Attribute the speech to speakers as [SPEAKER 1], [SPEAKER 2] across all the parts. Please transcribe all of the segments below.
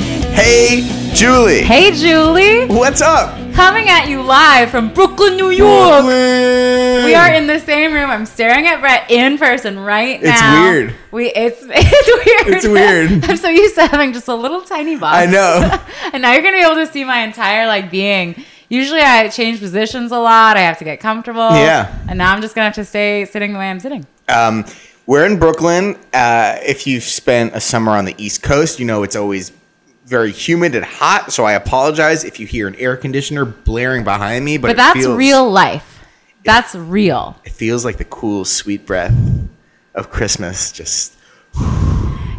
[SPEAKER 1] Hey, Julie.
[SPEAKER 2] Hey, Julie.
[SPEAKER 1] What's up?
[SPEAKER 2] Coming at you live from Brooklyn, New York.
[SPEAKER 1] Brooklyn.
[SPEAKER 2] We are in the same room. I'm staring at Brett in person right
[SPEAKER 1] It's
[SPEAKER 2] now.
[SPEAKER 1] weird.
[SPEAKER 2] We it's it's weird.
[SPEAKER 1] It's weird.
[SPEAKER 2] I'm so used to having just a little tiny box.
[SPEAKER 1] I know.
[SPEAKER 2] and now you're gonna be able to see my entire like being. Usually I change positions a lot. I have to get comfortable.
[SPEAKER 1] Yeah.
[SPEAKER 2] And now I'm just gonna have to stay sitting the way I'm sitting.
[SPEAKER 1] Um, we're in Brooklyn. Uh, if you've spent a summer on the East Coast, you know it's always very humid and hot. So I apologize if you hear an air conditioner blaring behind me, but,
[SPEAKER 2] But
[SPEAKER 1] it
[SPEAKER 2] that's
[SPEAKER 1] feels-
[SPEAKER 2] real life. That's real.
[SPEAKER 1] It feels like the cool, sweet breath of Christmas. Just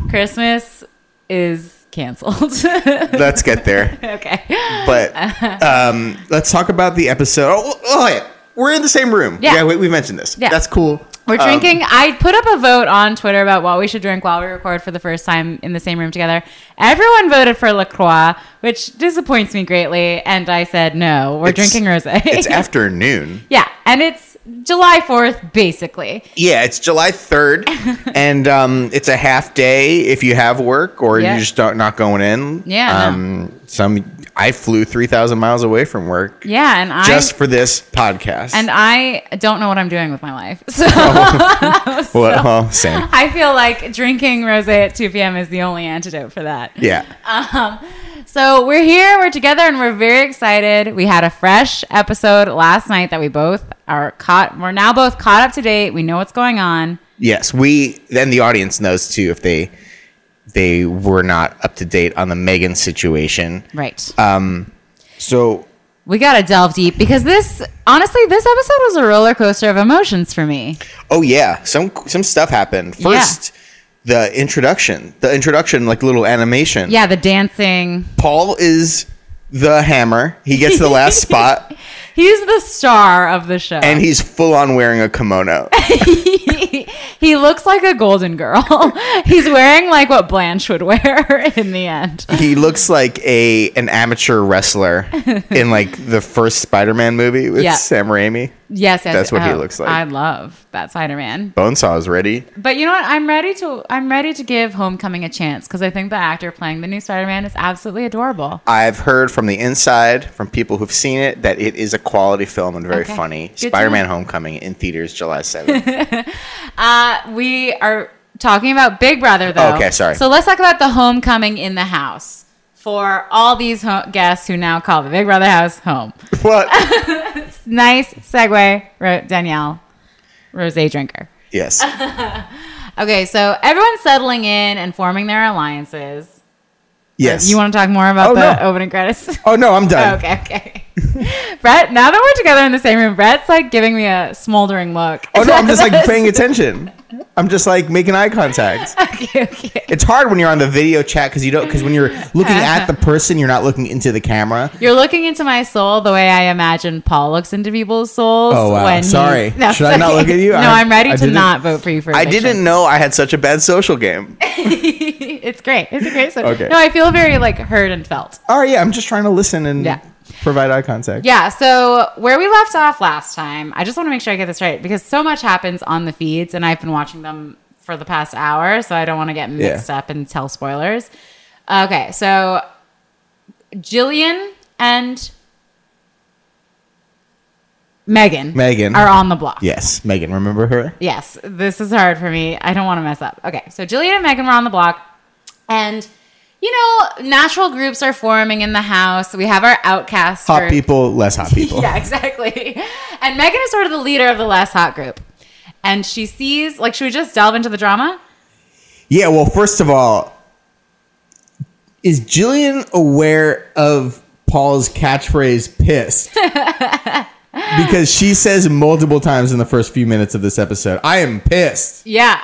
[SPEAKER 2] Christmas is canceled.
[SPEAKER 1] let's get there.
[SPEAKER 2] okay.
[SPEAKER 1] But um, let's talk about the episode. Oh, oh, yeah. We're in the same room.
[SPEAKER 2] Yeah.
[SPEAKER 1] we, we mentioned this.
[SPEAKER 2] Yeah.
[SPEAKER 1] That's cool.
[SPEAKER 2] We're
[SPEAKER 1] Um,
[SPEAKER 2] drinking. I put up a vote on Twitter about what we should drink while we record for the first time in the same room together. Everyone voted for LaCroix, which disappoints me greatly. And I said, no, we're
[SPEAKER 1] It's-
[SPEAKER 2] drinking rose.
[SPEAKER 1] it's afternoon.
[SPEAKER 2] yeah. And it's July 4th, basically.
[SPEAKER 1] Yeah, it's July 3rd, and um, it's a half day if you have work or
[SPEAKER 2] Yeah.
[SPEAKER 1] you're just not, not going in.
[SPEAKER 2] Yeah, no.
[SPEAKER 1] Um, Some I flew 3,000 miles away from work
[SPEAKER 2] Yeah. And I.
[SPEAKER 1] just for this podcast.
[SPEAKER 2] and I don't know what I'm doing with my life. So
[SPEAKER 1] well, well, same.
[SPEAKER 2] I feel like drinking rose at 2 p.m. is the only antidote for that.
[SPEAKER 1] Yeah.
[SPEAKER 2] So we're here, we're together, and we're very excited. We had a fresh episode last night that we both are caught. We're now both caught up to date. We know what's going on.
[SPEAKER 1] yes, we then the audience knows too if they they were not up to date on the Megan situation.
[SPEAKER 2] Right.
[SPEAKER 1] So
[SPEAKER 2] Uh, we got to delve deep because this, honestly, this episode was a roller coaster of emotions for me.
[SPEAKER 1] Oh yeah, some some stuff happened.
[SPEAKER 2] Yeah.
[SPEAKER 1] First, the introduction, the introduction, like little animation.
[SPEAKER 2] Yeah, the dancing.
[SPEAKER 1] Paul is the hammer. He gets the last spot,
[SPEAKER 2] He's the star of the show.
[SPEAKER 1] and he's full on wearing a kimono.
[SPEAKER 2] he, he looks like a golden girl. He's wearing like what Blanche would wear in the end.
[SPEAKER 1] he looks like a an amateur wrestler in like the first Spider-Man movie with
[SPEAKER 2] Yeah.
[SPEAKER 1] Sam Raimi.
[SPEAKER 2] Yes, yes.
[SPEAKER 1] That's what he looks like.
[SPEAKER 2] I love that Spider Man.
[SPEAKER 1] Bonesaw is ready.
[SPEAKER 2] But you know what? I'm ready to I'm ready to give Homecoming a chance because I think the actor playing the new Spider-Man is absolutely adorable.
[SPEAKER 1] I've heard from the inside, from people who've seen it, that it is a quality film and very
[SPEAKER 2] Okay.
[SPEAKER 1] funny.
[SPEAKER 2] Good to know.
[SPEAKER 1] Spider-Man: Homecoming in theaters July seventh.
[SPEAKER 2] Uh, we are talking about Big Brother though.
[SPEAKER 1] Okay, sorry.
[SPEAKER 2] So let's talk about the Homecoming in the house for all these ho- guests who now call the Big Brother house home.
[SPEAKER 1] what?
[SPEAKER 2] Nice segue, Ro- Danielle, rosé drinker.
[SPEAKER 1] Yes.
[SPEAKER 2] Okay, so everyone's settling in and forming their alliances.
[SPEAKER 1] Yes.
[SPEAKER 2] You want to talk more about
[SPEAKER 1] Oh,
[SPEAKER 2] the
[SPEAKER 1] no.
[SPEAKER 2] opening credits?
[SPEAKER 1] Oh no, I'm done.
[SPEAKER 2] Okay, okay. Brett, now that we're together in the same room, Brett's like giving me a smoldering look.
[SPEAKER 1] Oh no, I'm just like paying attention. I'm just like making eye contact.
[SPEAKER 2] okay, okay. Uh-huh.
[SPEAKER 1] It's hard when you're on the video chat because you don't because when you're looking at the person, you're not looking into the camera.
[SPEAKER 2] You're looking into my soul the way I imagine Paul looks into people's souls.
[SPEAKER 1] Oh, wow.
[SPEAKER 2] When
[SPEAKER 1] Sorry.
[SPEAKER 2] he's- No,
[SPEAKER 1] Should
[SPEAKER 2] it's
[SPEAKER 1] I not
[SPEAKER 2] okay.
[SPEAKER 1] look at you?
[SPEAKER 2] No,
[SPEAKER 1] I-
[SPEAKER 2] I, am ready
[SPEAKER 1] I
[SPEAKER 2] to
[SPEAKER 1] didn't-
[SPEAKER 2] not vote for you for.
[SPEAKER 1] I
[SPEAKER 2] eviction.
[SPEAKER 1] didn't know I had such a bad social game.
[SPEAKER 2] it's great. It's a great. Soul.
[SPEAKER 1] Okay.
[SPEAKER 2] No, I feel very like heard and felt.
[SPEAKER 1] Oh yeah, I'm just trying to listen and
[SPEAKER 2] Yeah.
[SPEAKER 1] provide eye contact.
[SPEAKER 2] Yeah, so where we left off last time, I just want to make sure I get this right because so much happens on the feeds and I've been watching them for the past hour, so I don't want to get mixed
[SPEAKER 1] Yeah.
[SPEAKER 2] up and tell spoilers. Okay, so Jillian and Megan
[SPEAKER 1] Megan.
[SPEAKER 2] are on the block.
[SPEAKER 1] Yes, Megan, remember her?
[SPEAKER 2] Yes, this is hard for me. I don't want to mess up. Okay, so Jillian and Megan were on the block, and you know, natural groups are forming in the house. We have our outcasts.
[SPEAKER 1] Hot
[SPEAKER 2] for-
[SPEAKER 1] people, less hot people.
[SPEAKER 2] yeah, exactly. And Megan is sort of the leader of the last hot group. And she sees, like, should we just delve into the drama?
[SPEAKER 1] Yeah, well, first of all, is Jillian aware of Paul's catchphrase pissed? because she says multiple times in the first few minutes of this episode, I am pissed.
[SPEAKER 2] Yeah.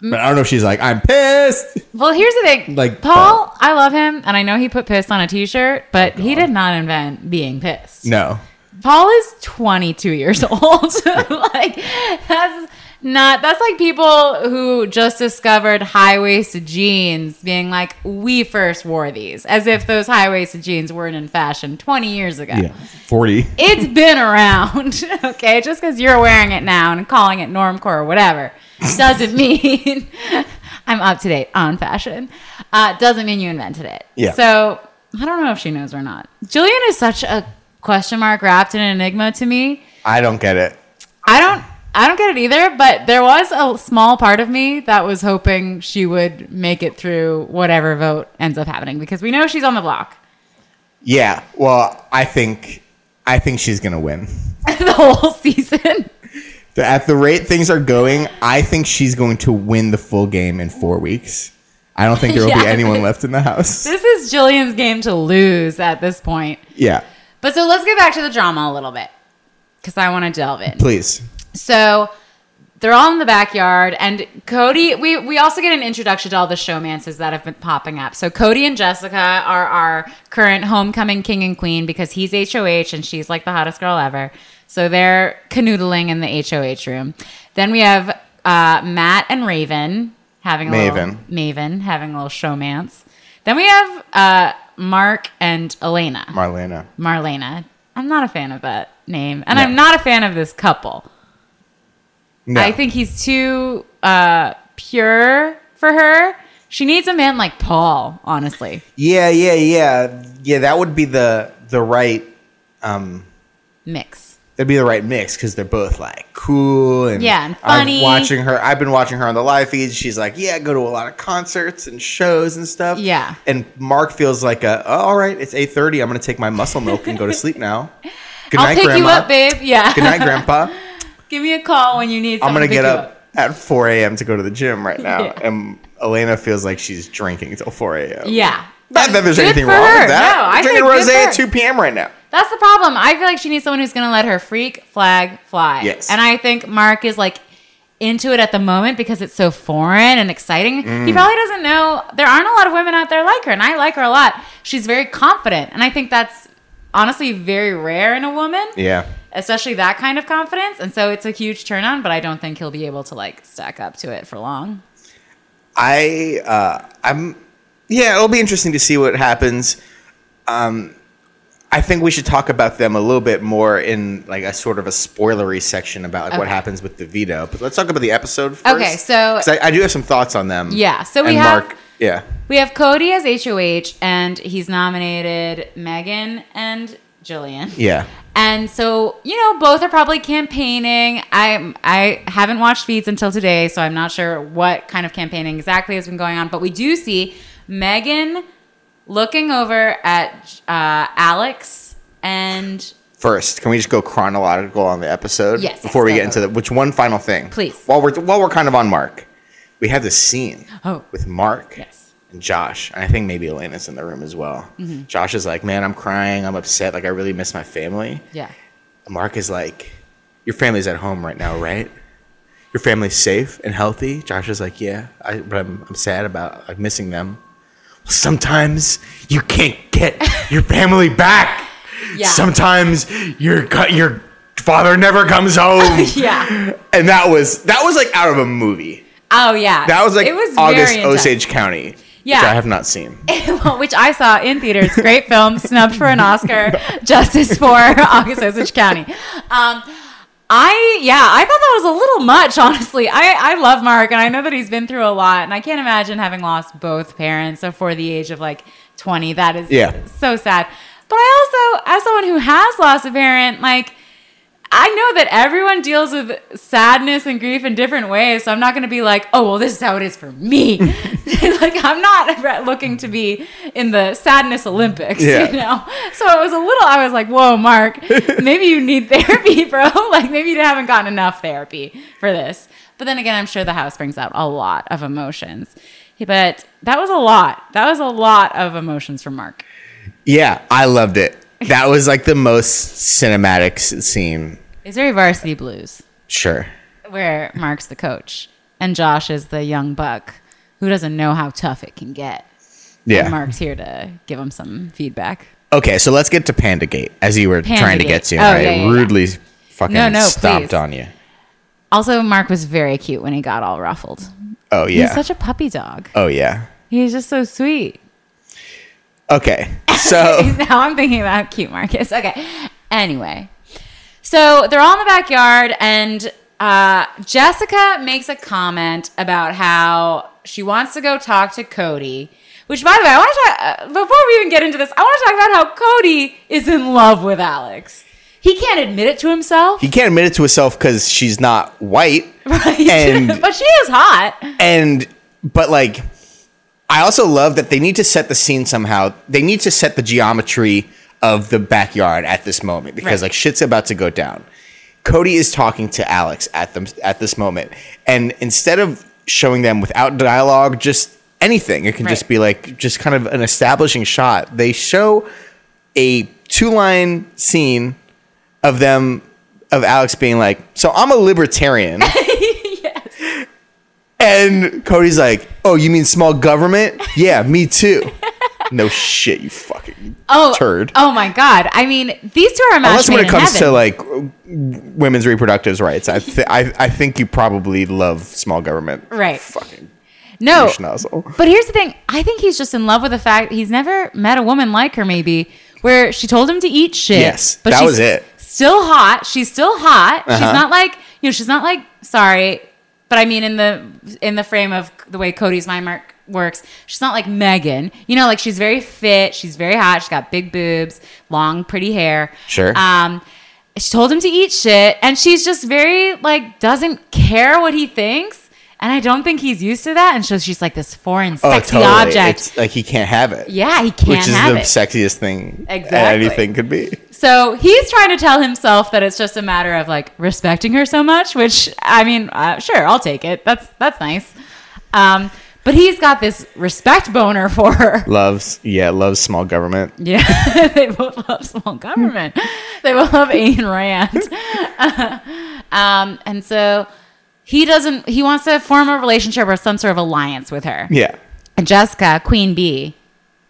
[SPEAKER 1] But I don't know if she's like, I'm pissed.
[SPEAKER 2] Well, here's the thing.
[SPEAKER 1] Like,
[SPEAKER 2] Paul,
[SPEAKER 1] Paul. Oh,
[SPEAKER 2] I love him, and I know he put piss on a t-shirt, but he did not invent being pissed.
[SPEAKER 1] No.
[SPEAKER 2] Paul is 22 years old. like that's not that's like people who just discovered high-waisted jeans being like we first wore these as if those high-waisted jeans weren't in fashion 20 years ago.
[SPEAKER 1] Yeah. 40.
[SPEAKER 2] It's been around, okay? Just because you're wearing it now and calling it normcore or whatever doesn't mean I'm up to date on fashion. Uh, doesn't mean you invented it.
[SPEAKER 1] Yeah.
[SPEAKER 2] So I don't know if she knows or not. Jillian is such a question mark wrapped in an enigma to me.
[SPEAKER 1] I don't get it.
[SPEAKER 2] I don't. I don't get it either, but there was a small part of me that was hoping she would make it through whatever vote ends up happening because we know she's on the block.
[SPEAKER 1] Yeah. Well, I think I think she's gonna win.
[SPEAKER 2] the whole season.
[SPEAKER 1] The- At the rate things are going, I think she's going to win the full game in four weeks. I don't think there will be
[SPEAKER 2] Yeah,
[SPEAKER 1] anyone
[SPEAKER 2] this-
[SPEAKER 1] left in the house.
[SPEAKER 2] This is Jillian's game to lose at this point.
[SPEAKER 1] yeah.
[SPEAKER 2] But so let's get back to the drama a little bit because I want to delve in.
[SPEAKER 1] Please.
[SPEAKER 2] So they're all in the backyard, and Cody. We we also get an introduction to all the showmances that have been popping up. So Cody and Jessica are our current homecoming king and queen because he's HOH and she's like the hottest girl ever. So they're canoodling in the HOH room. Then we have uh, Matt and Raven having a little
[SPEAKER 1] Maven.
[SPEAKER 2] Maven having a little showmance. Then we have uh, Mark and Elena.
[SPEAKER 1] Marlena.
[SPEAKER 2] Marlena. I'm not a fan of that name, and
[SPEAKER 1] No.
[SPEAKER 2] I'm not a fan of this couple.
[SPEAKER 1] No.
[SPEAKER 2] I think he's too uh, pure for her. She needs a man like Paul, honestly.
[SPEAKER 1] Yeah, yeah, yeah. Yeah, that would be the the right um
[SPEAKER 2] Mix.
[SPEAKER 1] that'd be the right mix because they're both like cool and
[SPEAKER 2] Yeah, and
[SPEAKER 1] I'm
[SPEAKER 2] funny.
[SPEAKER 1] watching her. I've been watching her on the live feed. She's like, yeah, I go to a lot of concerts and shows and stuff.
[SPEAKER 2] Yeah.
[SPEAKER 1] and Mark feels like a, "Oh, all right, it's eight thirty. I'm gonna take my muscle milk and go to sleep now. Good
[SPEAKER 2] I'll
[SPEAKER 1] night,
[SPEAKER 2] pick
[SPEAKER 1] Grandma.
[SPEAKER 2] you up, babe. Yeah.
[SPEAKER 1] Good night, Grandpa.
[SPEAKER 2] Give me a call when you need.
[SPEAKER 1] I'm gonna
[SPEAKER 2] Someone to pick
[SPEAKER 1] get
[SPEAKER 2] you
[SPEAKER 1] up." At 4 a.m. to go to the gym right now,
[SPEAKER 2] Yeah.
[SPEAKER 1] and Elena feels like she's drinking till 4 a.m.
[SPEAKER 2] Yeah.
[SPEAKER 1] not that there's
[SPEAKER 2] Good
[SPEAKER 1] anything
[SPEAKER 2] for
[SPEAKER 1] wrong
[SPEAKER 2] her.
[SPEAKER 1] with that.
[SPEAKER 2] No, I
[SPEAKER 1] drinking
[SPEAKER 2] think good for
[SPEAKER 1] rosé at
[SPEAKER 2] her.
[SPEAKER 1] 2 p.m. right now.
[SPEAKER 2] That's the problem. I feel like she needs someone who's going to let her freak flag fly.
[SPEAKER 1] Yes.
[SPEAKER 2] And I think Mark is like into it at the moment because it's so foreign and exciting.
[SPEAKER 1] Mm.
[SPEAKER 2] He probably doesn't know there aren't a lot of women out there like her, and I like her a lot. She's very confident, and I think that's honestly very rare in a woman,
[SPEAKER 1] Yeah,
[SPEAKER 2] especially that kind of confidence. And so it's a huge turn on, but I don't think he'll be able to like stack up to it for long.
[SPEAKER 1] I uh, I'm yeah, it'll be interesting to see what happens. Um, I think we should talk about them a little bit more in like a sort of a spoilery section about like what
[SPEAKER 2] Okay.
[SPEAKER 1] happens with the veto. But let's talk about the episode first.
[SPEAKER 2] Okay, so-
[SPEAKER 1] 'Cause I, I do have some thoughts on them.
[SPEAKER 2] Yeah, so we
[SPEAKER 1] And
[SPEAKER 2] have-
[SPEAKER 1] yeah,
[SPEAKER 2] We have Cody as HOH, and he's nominated Megan and Jillian.
[SPEAKER 1] yeah,
[SPEAKER 2] And so, you know, both are probably campaigning. I I haven't watched feeds until today, so I'm not sure what kind of campaigning exactly has been going on. But we do see Megan looking over at uh, Alex and
[SPEAKER 1] First, can we just go chronological on the episode?
[SPEAKER 2] Yes, yes,
[SPEAKER 1] Before we
[SPEAKER 2] go,
[SPEAKER 1] get
[SPEAKER 2] go,
[SPEAKER 1] into the which one final thing,
[SPEAKER 2] Please.
[SPEAKER 1] While we're while we're kind of on Mark, we have this scene
[SPEAKER 2] Oh.
[SPEAKER 1] with Mark
[SPEAKER 2] Yes. Mm-hmm.
[SPEAKER 1] and Josh, and I think maybe Elena's in the room as well. Josh is like, "Man, I'm crying. I'm upset. Like, I really miss my family."
[SPEAKER 2] yeah,
[SPEAKER 1] And Mark is like, "Your family's at home right now, right? Your family's safe and healthy." Josh is like, "Yeah, I, but I'm I'm sad about like missing them." Sometimes you can't get your family back.
[SPEAKER 2] Yeah.
[SPEAKER 1] Sometimes your co- your father never comes home.
[SPEAKER 2] yeah.
[SPEAKER 1] And that was that was like out of a movie.
[SPEAKER 2] Oh yeah,
[SPEAKER 1] That was like
[SPEAKER 2] very
[SPEAKER 1] August
[SPEAKER 2] intense.
[SPEAKER 1] Osage County.
[SPEAKER 2] Yeah.
[SPEAKER 1] Which I have not seen.
[SPEAKER 2] Well, which I saw in theaters. Great film, snubbed for an Oscar. Justice for August Osage County. Um, I yeah, I thought that was a little much, honestly. I I love Mark, and I know that he's been through a lot, and I can't imagine having lost both parents before the age of like twenty. That is
[SPEAKER 1] Yeah.
[SPEAKER 2] so sad. But I also, as someone who has lost a parent, like. I know that everyone deals with sadness and grief in different ways, so I'm not going to be like, "Oh, well, this is how it is for me." like I'm not re- looking to be in the sadness Olympics,
[SPEAKER 1] Yeah.
[SPEAKER 2] you know. So it was a little. I was like, "Whoa, Mark, maybe you need therapy, bro. like maybe you haven't gotten enough therapy for this." But then again, I'm sure the house brings out a lot of emotions. But that was a lot. That was a lot of emotions from Mark.
[SPEAKER 1] Yeah, I loved it. That was like the most cinematic s- scene.
[SPEAKER 2] It's very Varsity Blues.
[SPEAKER 1] Sure.
[SPEAKER 2] where Mark's the coach and Josh is the young buck who doesn't know how tough it can get.
[SPEAKER 1] Yeah.
[SPEAKER 2] And Mark's here to give him some feedback.
[SPEAKER 1] Okay, so let's get to Pandagate as you were trying to get to.
[SPEAKER 2] Pandagate. Oh,
[SPEAKER 1] I
[SPEAKER 2] yeah, yeah, yeah.
[SPEAKER 1] rudely fucking
[SPEAKER 2] No, no,
[SPEAKER 1] stomped
[SPEAKER 2] please.
[SPEAKER 1] on you.
[SPEAKER 2] Also, Mark was very cute when he got all ruffled.
[SPEAKER 1] Oh
[SPEAKER 2] He's
[SPEAKER 1] yeah.
[SPEAKER 2] such a puppy dog.
[SPEAKER 1] oh yeah.
[SPEAKER 2] He's just so sweet.
[SPEAKER 1] Okay. So
[SPEAKER 2] now I'm thinking about cute Marcus. Okay. Anyway, so they're all in the backyard, and uh, Jessica makes a comment about how She wants to go talk to Cody. Which, by the way, I want to talk, uh, before we even get into this, I want to talk about how Cody is in love with Alex. He can't admit it to himself,
[SPEAKER 1] He can't admit it to himself because she's not white,
[SPEAKER 2] right?
[SPEAKER 1] and-
[SPEAKER 2] but she is hot.
[SPEAKER 1] and but like, I also love that they need to set the scene somehow. They need to set the geometry of the backyard at this moment because
[SPEAKER 2] Right.
[SPEAKER 1] like shit's about to go down. Cody is talking to Alex at them at this moment, and instead of showing them without dialogue, just anything, it can just
[SPEAKER 2] Right.
[SPEAKER 1] be like just kind of an establishing shot. They show a two line scene of them of Alex being like, "So I'm a libertarian," and Cody's like, "Oh, you mean small government? Yeah, me too." no shit, you fucking
[SPEAKER 2] Oh,
[SPEAKER 1] turd.
[SPEAKER 2] oh my god! I mean, these two are a match
[SPEAKER 1] Unless when
[SPEAKER 2] made
[SPEAKER 1] it
[SPEAKER 2] in
[SPEAKER 1] comes
[SPEAKER 2] heaven.
[SPEAKER 1] to like w- women's reproductive rights, I, th- I I think you probably love small government,
[SPEAKER 2] Right. Oh.
[SPEAKER 1] Fucking
[SPEAKER 2] no,
[SPEAKER 1] schnozzle.
[SPEAKER 2] But here's the thing. I think he's just in love with the fact he's never met a woman like her, maybe, where she told him to eat shit.
[SPEAKER 1] Yes, that
[SPEAKER 2] she's
[SPEAKER 1] was it.
[SPEAKER 2] Still hot. She's still hot. She's
[SPEAKER 1] Uh-huh.
[SPEAKER 2] not like you know, she's not like, sorry, but I mean in the in the frame of the way Cody's mind mark works, she's not like Megan. You know, like she's very fit, she's very hot, she's got big boobs, long, pretty hair.
[SPEAKER 1] Sure.
[SPEAKER 2] Um she told him to eat shit and she's just very like doesn't care what he thinks and i don't think he's used to that and so she's like this foreign sexy object
[SPEAKER 1] Oh, It's like he can't have it.
[SPEAKER 2] yeah he can't
[SPEAKER 1] which is
[SPEAKER 2] have
[SPEAKER 1] the
[SPEAKER 2] it
[SPEAKER 1] sexiest thing
[SPEAKER 2] Exactly.
[SPEAKER 1] anything could be.
[SPEAKER 2] so he's trying to tell himself that it's just a matter of like respecting her so much which i mean uh, sure i'll take it that's that's nice um, but he's got this respect boner for her
[SPEAKER 1] Loves yeah, loves small government.
[SPEAKER 2] Yeah, they both love small government. they both love Ayn Rand. um, and so he doesn't. He wants to form a relationship or some sort of alliance with her.
[SPEAKER 1] Yeah.
[SPEAKER 2] And Jessica, Queen Bee,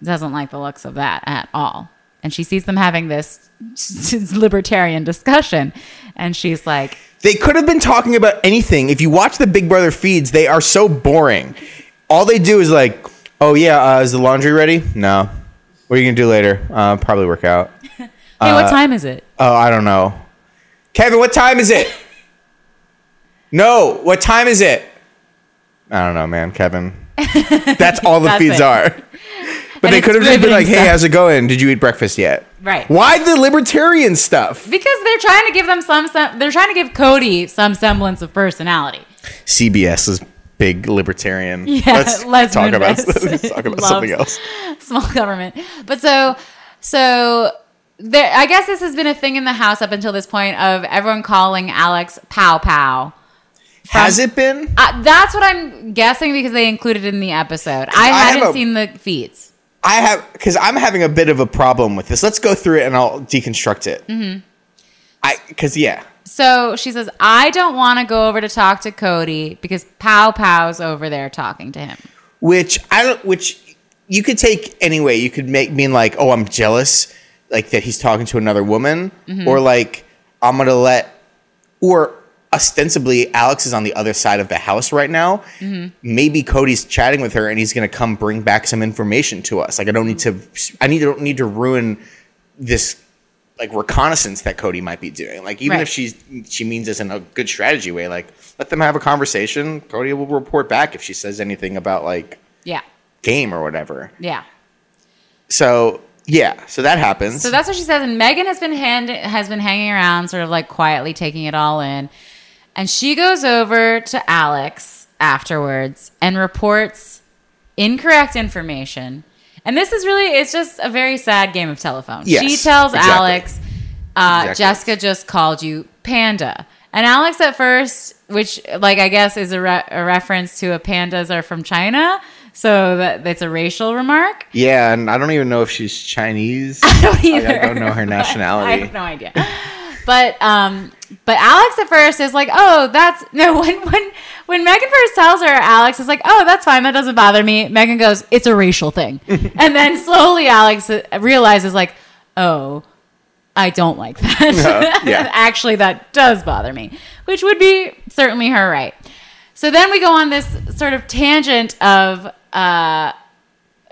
[SPEAKER 2] doesn't like the looks of that at all. And she sees them having this libertarian discussion, and she's like,
[SPEAKER 1] They could have been talking about anything. If you watch the Big Brother feeds, they are so boring. All they do is like, oh yeah, uh, is the laundry ready? No. What are you gonna do later? Uh, probably work out.
[SPEAKER 2] "Hey, what time is it?"
[SPEAKER 1] Oh, I don't know. Kevin, what time is it? no, what time is it? I don't know, man, Kevin. That's all the
[SPEAKER 2] That's
[SPEAKER 1] feeds
[SPEAKER 2] it.
[SPEAKER 1] are. But
[SPEAKER 2] And
[SPEAKER 1] they
[SPEAKER 2] it's
[SPEAKER 1] could have just been
[SPEAKER 2] riveting
[SPEAKER 1] like, hey,
[SPEAKER 2] stuff.
[SPEAKER 1] how's it going? Did you eat breakfast yet?
[SPEAKER 2] Right.
[SPEAKER 1] Why the libertarian stuff?
[SPEAKER 2] Because they're trying to give them some. sem- They're trying to give Cody some semblance of personality.
[SPEAKER 1] CBS is big libertarian.
[SPEAKER 2] Yeah, Les
[SPEAKER 1] talk about,
[SPEAKER 2] Moonves.
[SPEAKER 1] let's talk about something
[SPEAKER 2] Loves-
[SPEAKER 1] else.
[SPEAKER 2] small government. But so, so there, I guess this has been a thing in the house up until this point of everyone calling Alex Pow Pow.
[SPEAKER 1] Has it been?
[SPEAKER 2] Uh, that's what I'm guessing because they included it in the episode. I,
[SPEAKER 1] have
[SPEAKER 2] hadn't
[SPEAKER 1] a-
[SPEAKER 2] seen the feeds.
[SPEAKER 1] I have, because I'm having a bit of a problem with this. Let's go through it and I'll deconstruct it. Mm-hmm. I, because yeah.
[SPEAKER 2] So she says, I don't want to go over to talk to Cody because Pow Pow's over there talking to him.
[SPEAKER 1] which I don't, which you could take anyway. You could make mean like, oh, I'm jealous, like that he's talking to another woman,
[SPEAKER 2] Mm-hmm.
[SPEAKER 1] or like I'm gonna let, or ostensibly Alex is on the other side of the house right now.
[SPEAKER 2] Mm-hmm.
[SPEAKER 1] Maybe Cody's chatting with her, and he's gonna come bring back some information to us. Like I don't need to, I need don't need to ruin this like reconnaissance that Cody might be doing. Like even
[SPEAKER 2] Right.
[SPEAKER 1] if she's she means this in a good strategy way, like let them have a conversation. Cody will report back if she says anything about like
[SPEAKER 2] Yeah.
[SPEAKER 1] game or whatever.
[SPEAKER 2] Yeah.
[SPEAKER 1] So yeah, so that happens.
[SPEAKER 2] So that's what she says. And Megan has been hand has been hanging around, sort of like quietly taking it all in. And she goes over to Alex afterwards and reports incorrect information. And this is really it's just a very sad game of telephone.
[SPEAKER 1] Yes,
[SPEAKER 2] she tells
[SPEAKER 1] exactly.
[SPEAKER 2] Alex, uh,
[SPEAKER 1] Exactly.
[SPEAKER 2] Jessica just called you panda. And Alex at first, which like I guess is a, re- a reference to a pandas are from China, so that that's a racial remark.
[SPEAKER 1] yeah, and I don't even know if she's Chinese.
[SPEAKER 2] I don't
[SPEAKER 1] Like,
[SPEAKER 2] either.
[SPEAKER 1] I don't know her
[SPEAKER 2] I
[SPEAKER 1] nationality.
[SPEAKER 2] have no idea. But um, but Alex at first is like, oh, that's no. When when when Megan first tells her, Alex is like, oh, that's fine, that doesn't bother me. Megan goes, it's a racial thing, and then slowly Alex realizes like, oh, I don't like that.
[SPEAKER 1] Yeah, yeah.
[SPEAKER 2] Actually, that does bother me, which would be certainly her right. So then we go on this sort of tangent of uh,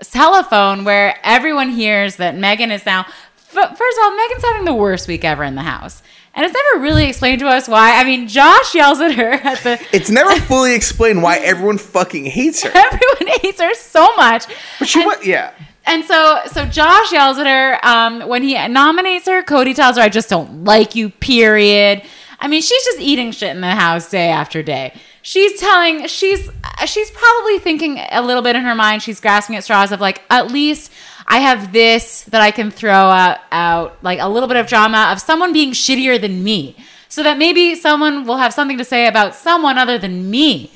[SPEAKER 2] telephone where everyone hears that Megan is now. f- First of all, Megan's having the worst week ever in the house. And it's never really explained to us why. I mean, Josh yells at her at the
[SPEAKER 1] It's never fully explained why everyone fucking hates her.
[SPEAKER 2] everyone hates her so much.
[SPEAKER 1] But she was, yeah.
[SPEAKER 2] And so, so Josh yells at her um, when he nominates her. Cody tells her, "I just don't like you." Period. I mean, she's just eating shit in the house day after day. She's telling she's uh, she's probably thinking a little bit in her mind. She's grasping at straws of like, at least I have this that I can throw out, out like a little bit of drama of someone being shittier than me, so that maybe someone will have something to say about someone other than me.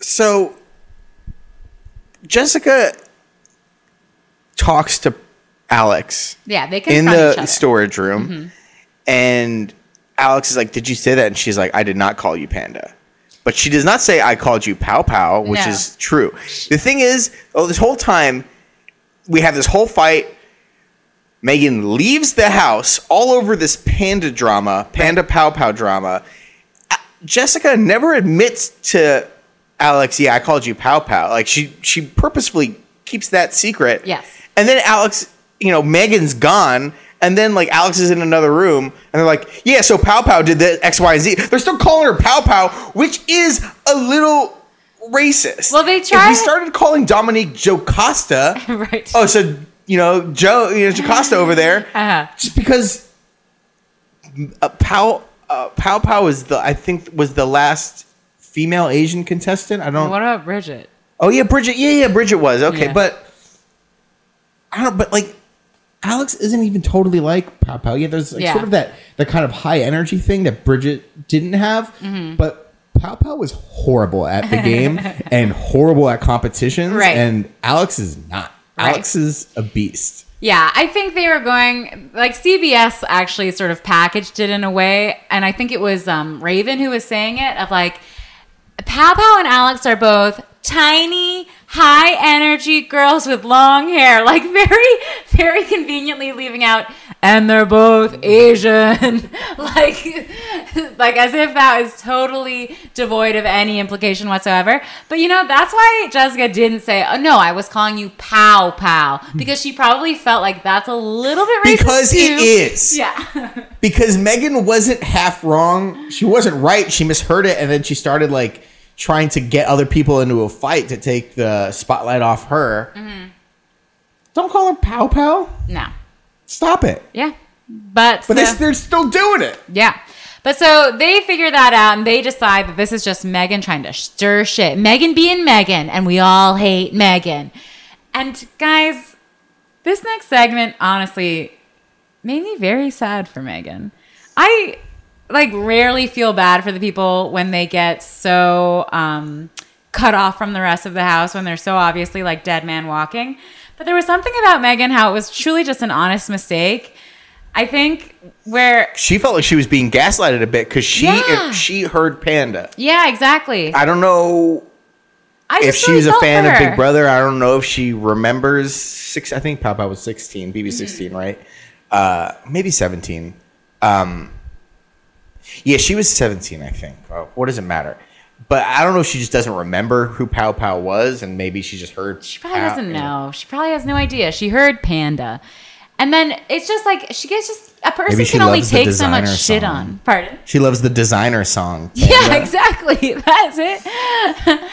[SPEAKER 1] So Jessica talks to Alex
[SPEAKER 2] Yeah, they can
[SPEAKER 1] in
[SPEAKER 2] confront each
[SPEAKER 1] the
[SPEAKER 2] other. Mm-hmm.
[SPEAKER 1] storage room, and Alex is like, "Did you say that?" And she's like, "I did not call you Panda." But she does not say, "I called you Pow Pow," which
[SPEAKER 2] No.
[SPEAKER 1] is true. The thing is, oh, this whole time we have this whole fight. Megan leaves the house all over this panda drama, panda pow pow drama. Uh, Jessica never admits to Alex, yeah, I called you Pow Pow. Like she she purposefully keeps that secret.
[SPEAKER 2] Yes.
[SPEAKER 1] And then Alex, you know, Megan's gone, and then like Alex is in another room, and they're like, yeah, so Pow Pow did the X, Y, and Z. They're still calling her Pow Pow, which is a little racist.
[SPEAKER 2] Well, they
[SPEAKER 1] If
[SPEAKER 2] try-
[SPEAKER 1] we started calling Dominique Jocasta.
[SPEAKER 2] right.
[SPEAKER 1] oh, so you know Joe, you know Jocasta over there
[SPEAKER 2] Uh-huh.
[SPEAKER 1] just because uh, Pow uh, Pow Pow is the I think was the last female Asian contestant. I don't.
[SPEAKER 2] What about Bridget?
[SPEAKER 1] Oh yeah, Bridget. Yeah, yeah, Bridget was okay,
[SPEAKER 2] Yeah.
[SPEAKER 1] but I don't. But like, Alex isn't even totally like Pow Pow. Yeah, there's like
[SPEAKER 2] Yeah.
[SPEAKER 1] sort of that that kind of high energy thing that Bridget didn't have,
[SPEAKER 2] Mm-hmm.
[SPEAKER 1] but. Pow Pow was horrible at the game and horrible at competitions,
[SPEAKER 2] Right.
[SPEAKER 1] and Alex is not.
[SPEAKER 2] Right.
[SPEAKER 1] Alex is a beast.
[SPEAKER 2] Yeah, I think they were going like CBS actually sort of packaged it in a way, and I think it was um, Raven who was saying it of like, Pow Pow and Alex are both tiny, high energy girls with long hair, like very, very conveniently leaving out, and they're both Asian, like, like as if that is totally devoid of any implication whatsoever. But you know, that's why Jessica didn't say, "Oh no, I was calling you Pow Pow," because she probably felt like that's a little bit racist.
[SPEAKER 1] Hmm. Because it
[SPEAKER 2] too.
[SPEAKER 1] is.
[SPEAKER 2] yeah.
[SPEAKER 1] because Megan wasn't half wrong. She wasn't right. She misheard it, and then she started like trying to get other people into a fight to take the spotlight off her. Mm-hmm. Don't call her Pow Pow.
[SPEAKER 2] no,
[SPEAKER 1] Stop it.
[SPEAKER 2] yeah, but
[SPEAKER 1] But
[SPEAKER 2] so-
[SPEAKER 1] they, they're still doing it.
[SPEAKER 2] Yeah. But so they figure that out and they decide that this is just Megan trying to stir shit. Megan being Megan, and we all hate Megan. And guys, this next segment honestly made me very sad for Megan. I like rarely feel bad for the people when they get so um, cut off from the rest of the house when they're so obviously like dead man walking. But there was something about Megan how it was truly just an honest mistake. I think where
[SPEAKER 1] She felt like she was being gaslighted a bit because she
[SPEAKER 2] Yeah.
[SPEAKER 1] she heard Panda.
[SPEAKER 2] Yeah, exactly. I,
[SPEAKER 1] I don't know if
[SPEAKER 2] just
[SPEAKER 1] she
[SPEAKER 2] really
[SPEAKER 1] was a
[SPEAKER 2] felt
[SPEAKER 1] fan
[SPEAKER 2] for
[SPEAKER 1] of
[SPEAKER 2] her.
[SPEAKER 1] Big Brother. I don't know if she remembers six. I think Papa was sixteen,
[SPEAKER 2] Mm-hmm.
[SPEAKER 1] BB 16 right? Uh, maybe seventeen. Um, yeah, she was seventeen, I think. Oh, what does it matter? But I don't know if she just doesn't remember who Pow Pow was, and maybe she just heard.
[SPEAKER 2] She probably doesn't know. She probably has no idea. She heard panda, and then it's just like she gets just a person
[SPEAKER 1] Maybe she
[SPEAKER 2] can only
[SPEAKER 1] loves the
[SPEAKER 2] take so much
[SPEAKER 1] designer
[SPEAKER 2] shit
[SPEAKER 1] song.
[SPEAKER 2] on. Pardon.
[SPEAKER 1] She loves the designer song.
[SPEAKER 2] Yeah,
[SPEAKER 1] Panda.
[SPEAKER 2] exactly. That's it.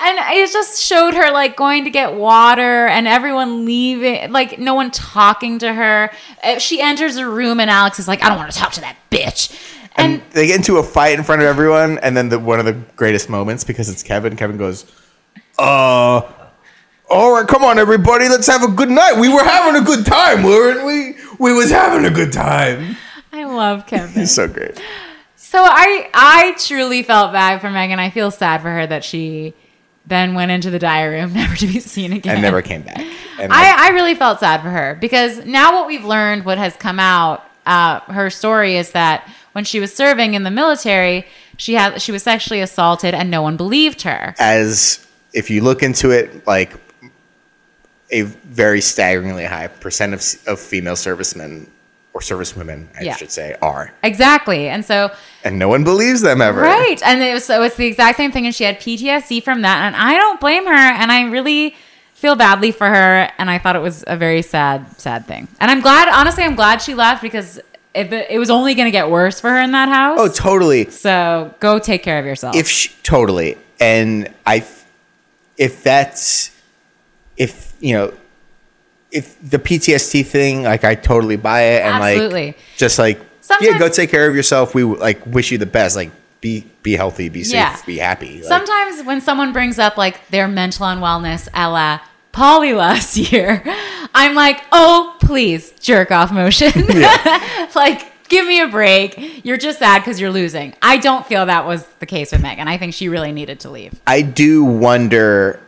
[SPEAKER 2] and it just showed her like going to get water and everyone leaving, like no one talking to her. Uh, She enters a room and Alex is like, I don't want to talk to that bitch. And,
[SPEAKER 1] And they get into a fight in front of everyone, and then the, one of the greatest moments because it's Kevin. Kevin goes, "Uh, all right, come on, everybody, let's have a good night. We were having a good time, weren't we? We was having a good time.
[SPEAKER 2] I love Kevin.
[SPEAKER 1] It's so great.
[SPEAKER 2] So I I truly felt bad for Megan. I feel sad for her that she then went into the diary room never to be seen again.
[SPEAKER 1] And never came back. And like,
[SPEAKER 2] I, I really felt sad for her because now what we've learned, what has come out, uh, her story is that when she was serving in the military, she had she was sexually assaulted and no one believed her.
[SPEAKER 1] as if you look into it, like a very staggeringly high percent of of female servicemen or servicewomen, I
[SPEAKER 2] Yeah.
[SPEAKER 1] should say, are,
[SPEAKER 2] Exactly. And so
[SPEAKER 1] and no one believes them ever.
[SPEAKER 2] Right. And it was so it's the exact same thing and she had PTSD from that and I don't blame her and I really feel badly for her and I thought it was a very sad sad thing. And I'm glad honestly I'm glad she left because if it, it was only going to get worse for her in that house.
[SPEAKER 1] Oh, totally.
[SPEAKER 2] so go take care of yourself.
[SPEAKER 1] If she, totally, and I, if that's, if you know, if the PTSD thing, like I totally buy it, and
[SPEAKER 2] Absolutely.
[SPEAKER 1] like just like yeah, go
[SPEAKER 2] Sometimes-
[SPEAKER 1] take care of yourself. We like wish you the best. Like be be healthy, be safe,
[SPEAKER 2] Yeah.
[SPEAKER 1] be happy. Like,
[SPEAKER 2] Sometimes when someone brings up like their mental unwellness, a la Polly last year, I'm like, oh, please, jerk off motion. like, give me a break. You're just sad because you're losing. I don't feel that was the case with Megan. I think she really needed to leave.
[SPEAKER 1] I do wonder.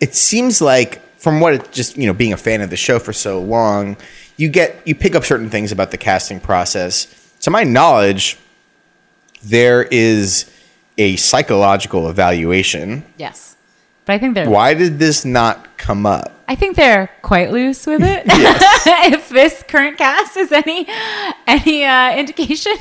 [SPEAKER 1] It seems like from what it just you know being a fan of the show for so long, you get you pick up certain things about the casting process. To my knowledge, there is a psychological evaluation.
[SPEAKER 2] Yes. But I think they're
[SPEAKER 1] Why did this not come up?
[SPEAKER 2] I think they're quite loose with it. if this current cast is any any uh, indication,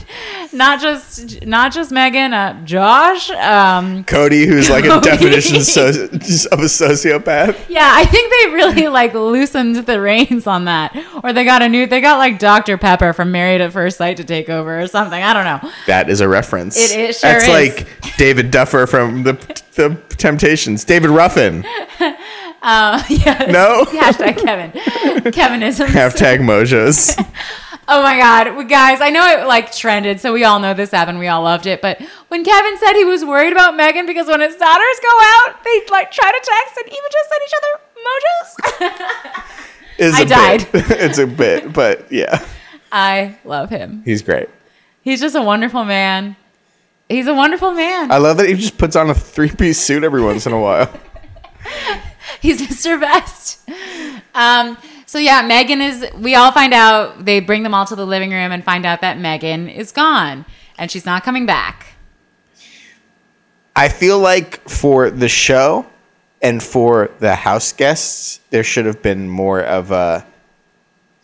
[SPEAKER 2] not just not just Megan, uh, Josh, um,
[SPEAKER 1] Cody, who's like a
[SPEAKER 2] Cody.
[SPEAKER 1] definition so- of a sociopath.
[SPEAKER 2] Yeah, I think they really like loosened the reins on that, or they got a new. They got like Dr. Pepper from Married at First Sight to take over or something. I don't know.
[SPEAKER 1] That is a reference.
[SPEAKER 2] It- it sure
[SPEAKER 1] That's
[SPEAKER 2] is.
[SPEAKER 1] like David Duffer from the the Temptations. David Ruffin.
[SPEAKER 2] Uh, yeah.
[SPEAKER 1] No?
[SPEAKER 2] Hashtag Kevin. Kevinism.
[SPEAKER 1] Hashtag Mojos.
[SPEAKER 2] Oh my God, We- guys! I know it like trended, so we all know this happened. We all loved it. But when Kevin said he was worried about Megan because when his daughters go out, they like try to text and even just send each other mojos.
[SPEAKER 1] is
[SPEAKER 2] I
[SPEAKER 1] a
[SPEAKER 2] died.
[SPEAKER 1] Bit. it's a bit, but yeah,
[SPEAKER 2] I love him.
[SPEAKER 1] he's great.
[SPEAKER 2] He's just a wonderful man. He's a wonderful man.
[SPEAKER 1] I love that he just puts on a three-piece suit every once in a while.
[SPEAKER 2] He's Mr. Best. Um, so yeah, Megan is. We all find out. They bring them all to the living room and find out that Megan is gone and she's not coming back.
[SPEAKER 1] I feel like for the show and for the house guests, there should have been more of a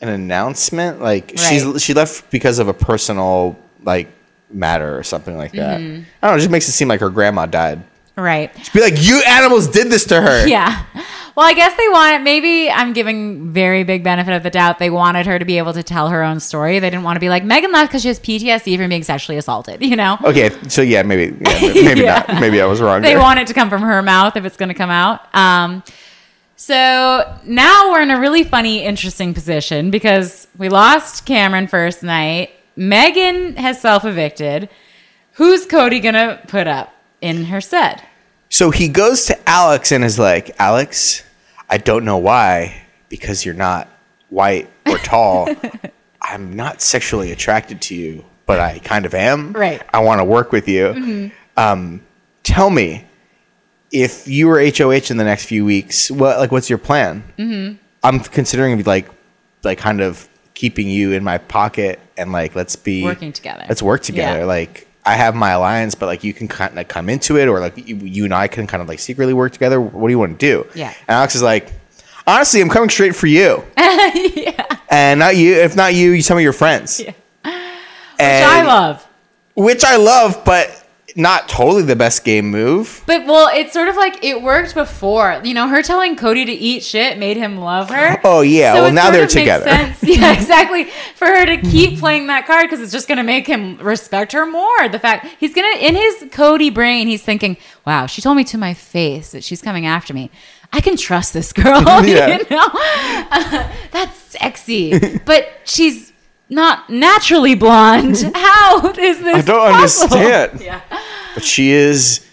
[SPEAKER 1] an announcement. Like
[SPEAKER 2] Right.
[SPEAKER 1] she's she left because of a personal like matter or something like that.
[SPEAKER 2] Mm-hmm.
[SPEAKER 1] I don't know. It just makes it seem like her grandma died.
[SPEAKER 2] Right.
[SPEAKER 1] Just be like, you animals did this to her.
[SPEAKER 2] Yeah. Well, I guess they want. Maybe I'm giving very big benefit of the doubt. They wanted her to be able to tell her own story. They didn't want to be like Megan left because she has PTSD from being sexually assaulted. You know.
[SPEAKER 1] Okay, so yeah, maybe, yeah, maybe
[SPEAKER 2] Yeah.
[SPEAKER 1] not. Maybe I was wrong.
[SPEAKER 2] they
[SPEAKER 1] there.
[SPEAKER 2] want it to come from her mouth if it's going to come out. Um, so now we're in a really funny, interesting position because we lost Cameron first night. Megan has self evicted. Who's Cody going to put up in her set?
[SPEAKER 1] So he goes to Alex and is like, Alex, I don't know why, because you're not white or tall. I'm not sexually attracted to you, but I kind of am.
[SPEAKER 2] Right. Mm-hmm.
[SPEAKER 1] I want to work with you. Um, tell me, if you were HOH in the next few weeks, what like what's your plan? Mm-hmm. I'm considering like like kind of keeping you in my pocket and like let's be
[SPEAKER 2] Working together.
[SPEAKER 1] Let's work together.
[SPEAKER 2] Yeah.
[SPEAKER 1] Like I have my alliance, but like you can kind of come into it, or like you, you and I can kind of like secretly work together. What do you want to do?
[SPEAKER 2] Yeah.
[SPEAKER 1] And Alex is like, honestly, I'm coming straight for you. yeah. And not you. If not you, you some of your friends. Yeah.
[SPEAKER 2] Which I love.
[SPEAKER 1] Which I love, but not totally the best game move.
[SPEAKER 2] But well, it's sort of like it worked before. You know, her telling Cody to eat shit made him love her.
[SPEAKER 1] Oh, yeah. Well,
[SPEAKER 2] it
[SPEAKER 1] now
[SPEAKER 2] sort
[SPEAKER 1] they're
[SPEAKER 2] of makes
[SPEAKER 1] together.
[SPEAKER 2] sense. Yeah, exactly. For her to keep playing that card because it's just going to make him respect her more. The fact he's going to, in his Cody brain, he's thinking, wow, she told me to my face that she's coming after me. I can trust this girl.
[SPEAKER 1] Yeah.
[SPEAKER 2] You know? that's sexy. but she's not naturally blonde. How is this?
[SPEAKER 1] I don't
[SPEAKER 2] possible?
[SPEAKER 1] understand.
[SPEAKER 2] Yeah.
[SPEAKER 1] But she is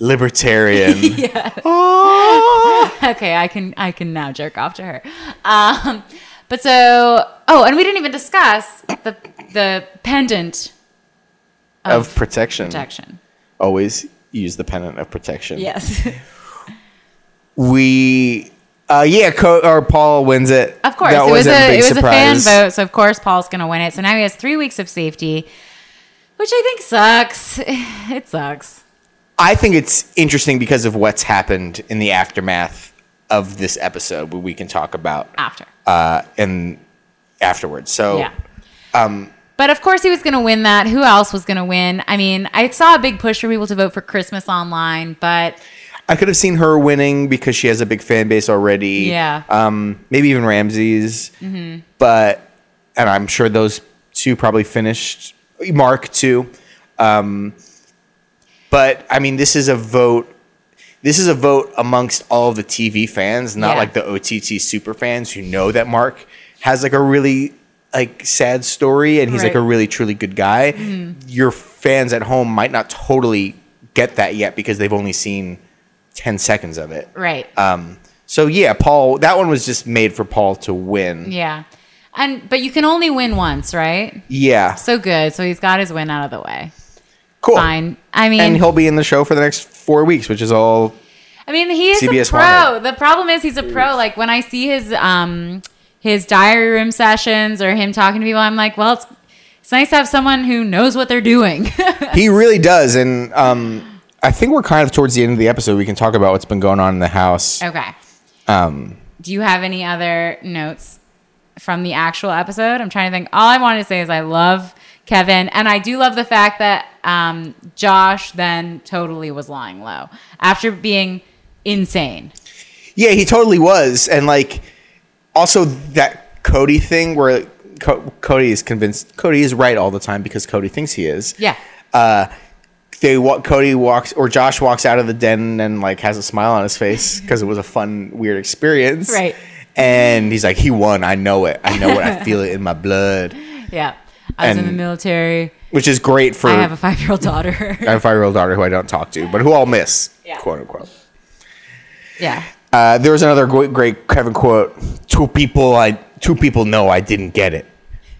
[SPEAKER 1] libertarian.
[SPEAKER 2] okay, I can I can now jerk off to her. Um, but so oh, and we didn't even discuss the the pendant
[SPEAKER 1] Of protection.
[SPEAKER 2] protection.
[SPEAKER 1] Always use the pennant of protection.
[SPEAKER 2] Yes,
[SPEAKER 1] We. Uh, yeah, Co- or Paul wins it.
[SPEAKER 2] of course.
[SPEAKER 1] That
[SPEAKER 2] it was
[SPEAKER 1] wasn't
[SPEAKER 2] a
[SPEAKER 1] big
[SPEAKER 2] it was a
[SPEAKER 1] surprise.
[SPEAKER 2] fan vote, so of course Paul's gonna win it. So now he has three weeks of safety, which I think sucks. It sucks.
[SPEAKER 1] I think it's interesting because of what's happened in the aftermath of this episode, where we can talk about
[SPEAKER 2] After.
[SPEAKER 1] uh, and afterwards. So
[SPEAKER 2] Ah. Yeah.
[SPEAKER 1] Um,
[SPEAKER 2] but of course, he was going to win that. Who else was going to win? I mean, I saw a big push for people to vote for Christmas online, but
[SPEAKER 1] I could have seen her winning because she has a big fan base already.
[SPEAKER 2] Yeah. Mm-hmm.
[SPEAKER 1] Um, maybe even Ramses. But and I'm sure those two probably finished Mark two. Um, but I mean, this is a vote. This is a vote amongst all the TV fans, not
[SPEAKER 2] Yeah.
[SPEAKER 1] like the OTT super fans who know that Mark has like a really like sad story and he's like
[SPEAKER 2] Right. Mm-hmm.
[SPEAKER 1] a really truly good guy. Your fans at home might not totally get that yet because they've only seen ten seconds of it.
[SPEAKER 2] Right.
[SPEAKER 1] Um, so yeah, Paul. That one was just made for Paul to win.
[SPEAKER 2] yeah. And but you can only win once, right?
[SPEAKER 1] Yeah.
[SPEAKER 2] So good. So he's got his win out of the way.
[SPEAKER 1] Cool.
[SPEAKER 2] Fine. I mean,
[SPEAKER 1] Oh. And he'll be in the show for the next four weeks, which is all.
[SPEAKER 2] I mean, he is
[SPEAKER 1] CBS
[SPEAKER 2] a pro.
[SPEAKER 1] wanted.
[SPEAKER 2] The problem is he's a pro. Like when I see his um his diary room sessions or him talking to people, I'm like, well, it's it's nice to have someone who knows what they're doing.
[SPEAKER 1] He really does, and um, I think we're kind of towards the end of the episode. We can talk about what's been going on in the house.
[SPEAKER 2] okay. Um, do you have any other notes from the actual episode? I'm trying to think. All I wanted to say is I love Kevin, and I do love the fact that um Josh then totally was lying low after being insane.
[SPEAKER 1] Yeah, he totally was, and like also that Cody thing where Co- Cody is convinced Cody is right all the time because Cody thinks he is. Uh,
[SPEAKER 2] Yeah.
[SPEAKER 1] they walk Cody walks or Josh walks out of the den and like has a smile on his face because it was a fun weird experience
[SPEAKER 2] Right.
[SPEAKER 1] and he's like he won I know it I know it I feel it in my blood
[SPEAKER 2] Yeah. I was in the
[SPEAKER 1] And-
[SPEAKER 2] military.
[SPEAKER 1] which is great for
[SPEAKER 2] I
[SPEAKER 1] I
[SPEAKER 2] have a five year old daughter.
[SPEAKER 1] a five year old daughter who I don't talk to but who I'll miss
[SPEAKER 2] Yeah.
[SPEAKER 1] quote unquote
[SPEAKER 2] yeah.
[SPEAKER 1] uh, there was another great, great Kevin quote two people I two people know I didn't get it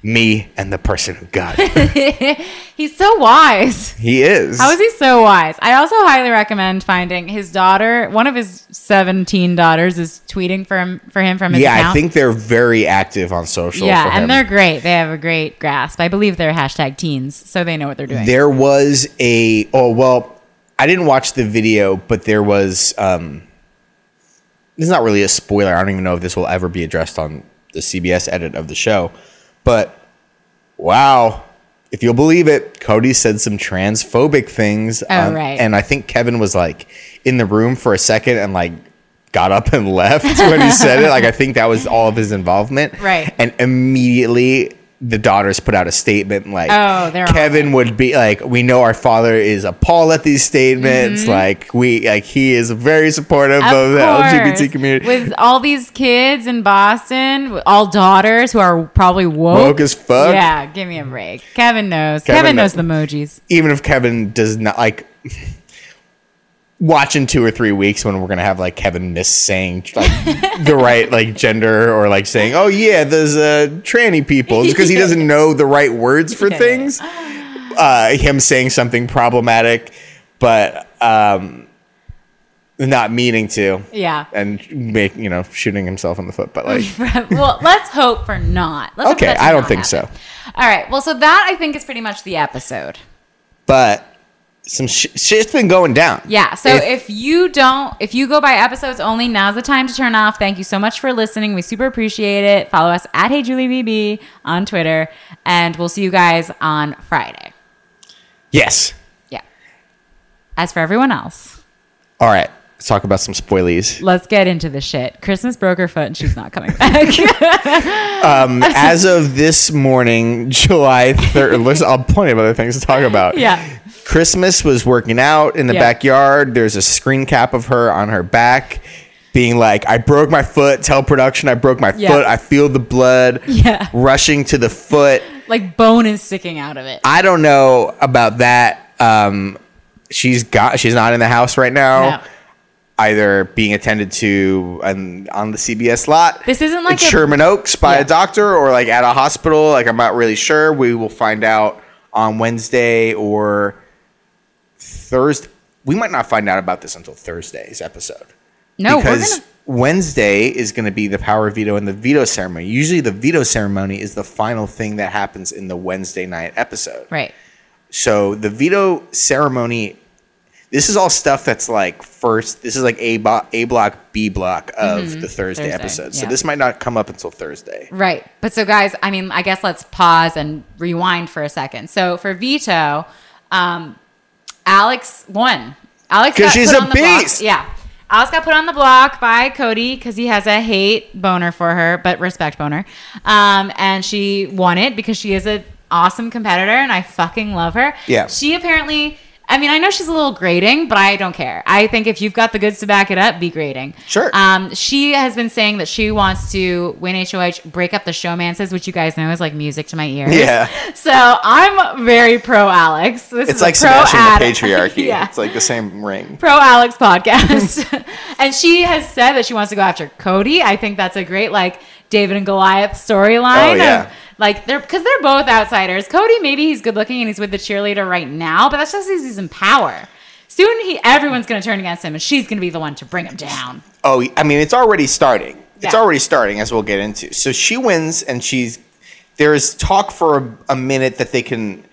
[SPEAKER 1] me and the person who got it
[SPEAKER 2] He's so wise.
[SPEAKER 1] he is
[SPEAKER 2] How is he so wise? I also highly recommend finding his daughter. One of his 17 daughters is tweeting for him, for him from his
[SPEAKER 1] yeah I
[SPEAKER 2] account.
[SPEAKER 1] think they're very active on social
[SPEAKER 2] yeah,
[SPEAKER 1] for him.
[SPEAKER 2] and they're great. They have a great grasp. I believe they're hashtag teens, so they know what they're doing.
[SPEAKER 1] There was a oh well, I didn't watch the video, but there was um this is not really a spoiler. I don't even know if this will ever be addressed on the CBS edit of the show. But wow, if you'll believe it, Cody said some transphobic things.
[SPEAKER 2] Oh,
[SPEAKER 1] on-
[SPEAKER 2] right.
[SPEAKER 1] And I think Kevin was like in the room for a second and like got up and left when he said it. Like I think that was all of his involvement.
[SPEAKER 2] Right.
[SPEAKER 1] And immediately the daughters put out a statement like
[SPEAKER 2] Oh, they're all
[SPEAKER 1] Kevin would be like, we know our father is appalled at these statements.
[SPEAKER 2] Mm-hmm.
[SPEAKER 1] Like we, like he is very supportive of, the LGBT
[SPEAKER 2] course.
[SPEAKER 1] community.
[SPEAKER 2] With all these kids in Boston, with all daughters who are probably woke.
[SPEAKER 1] Woke as fuck.
[SPEAKER 2] Yeah, give me a break. Kevin knows.
[SPEAKER 1] Kevin
[SPEAKER 2] Kevin, knows the
[SPEAKER 1] knows.
[SPEAKER 2] emojis.
[SPEAKER 1] Even if Kevin does not like watch in two or three weeks when we're gonna have like Kevin miss saying like the right like gender or like saying, oh yeah, there's uh, tranny people because he doesn't know the right words for
[SPEAKER 2] Yeah.
[SPEAKER 1] things. Uh, him saying something problematic, but um, not meaning to.
[SPEAKER 2] Yeah.
[SPEAKER 1] and make you know shooting himself in the foot but like
[SPEAKER 2] well, let's hope for not. Let's hope
[SPEAKER 1] Okay,
[SPEAKER 2] that does
[SPEAKER 1] I don't
[SPEAKER 2] not
[SPEAKER 1] think so.
[SPEAKER 2] All right. Well, so that I think is pretty much the episode.
[SPEAKER 1] but some sh- shit's been going down
[SPEAKER 2] Yeah. So if, you don't, if you go by episodes only, now's the time to turn off. Thank you so much for listening. We super appreciate it. Follow us at Hey Julie BB on Twitter, and we'll see you guys on Friday.
[SPEAKER 1] yes
[SPEAKER 2] Yeah. As for everyone else,
[SPEAKER 1] all right let's talk about some spoilies
[SPEAKER 2] let's get into the shit. Christmas broke her foot, and she's not coming back.
[SPEAKER 1] um, as of this morning july 3rd listen i'll plenty of other things to talk about
[SPEAKER 2] Yeah.
[SPEAKER 1] christmas was working out in the
[SPEAKER 2] Yeah.
[SPEAKER 1] backyard there's a screen cap of her on her back being like i broke my foot tell production i broke my
[SPEAKER 2] Yeah.
[SPEAKER 1] foot i feel the blood
[SPEAKER 2] Yeah.
[SPEAKER 1] rushing to the foot
[SPEAKER 2] like bone is sticking out of it.
[SPEAKER 1] I don't know about that. Um, she's got she's not in the house right now,
[SPEAKER 2] No.
[SPEAKER 1] either being attended to and on the CBS lot.
[SPEAKER 2] This isn't like
[SPEAKER 1] in
[SPEAKER 2] a-
[SPEAKER 1] Sherman Oaks by
[SPEAKER 2] Yeah.
[SPEAKER 1] a doctor or like at a hospital. Like I'm not really sure. We will find out on Wednesday or Thursday. We might not find out about this until Thursday's episode
[SPEAKER 2] No, we're
[SPEAKER 1] because
[SPEAKER 2] gonna.
[SPEAKER 1] Wednesday is going to be the power veto and the veto ceremony. Usually, the veto ceremony is the final thing that happens in the Wednesday night episode.
[SPEAKER 2] Right.
[SPEAKER 1] So the veto ceremony, this is all stuff that's like first. This is like a bo- a block, B block of the Thursday,
[SPEAKER 2] Thursday,
[SPEAKER 1] episode. So
[SPEAKER 2] yeah.
[SPEAKER 1] this might not come up until Thursday.
[SPEAKER 2] Right. But so, guys, I mean, I guess let's pause and rewind for a second. So for Vito, um, Alex won. Alex
[SPEAKER 1] 'Cause
[SPEAKER 2] got
[SPEAKER 1] she's
[SPEAKER 2] put
[SPEAKER 1] a
[SPEAKER 2] on the block.
[SPEAKER 1] beast.
[SPEAKER 2] Yeah. Alex got put on the block by Cody because he has a hate boner for her, but respect boner. Um, and she won it because she is a awesome competitor and I fucking love her.
[SPEAKER 1] Yeah.
[SPEAKER 2] She apparently, I mean, I know she's a little grating, but I don't care. I think if you've got the goods to back it up, be grating.
[SPEAKER 1] Sure.
[SPEAKER 2] Um, she has been saying that she wants to win HOH, break up the showmances, which you guys know is like music to my ears.
[SPEAKER 1] Yeah.
[SPEAKER 2] So I'm very pro Alex. This
[SPEAKER 1] It's
[SPEAKER 2] is a
[SPEAKER 1] like
[SPEAKER 2] pro
[SPEAKER 1] smashing
[SPEAKER 2] Adam.
[SPEAKER 1] the patriarchy.
[SPEAKER 2] yeah.
[SPEAKER 1] It's like the same ring.
[SPEAKER 2] Pro Alex podcast. and she has said that she wants to go after Cody. I think that's a great like David and Goliath storyline.
[SPEAKER 1] Oh, yeah.
[SPEAKER 2] of, like they're because they're both outsiders. Cody, maybe he's good looking and he's with the cheerleader right now, but that's just because he's in power. Soon he everyone's gonna turn against him and she's gonna be the one to bring him down.
[SPEAKER 1] Oh, I mean, it's already starting. It's
[SPEAKER 2] Yeah.
[SPEAKER 1] already starting, as we'll get into. So she wins, and she's there is talk for a, a minute that they can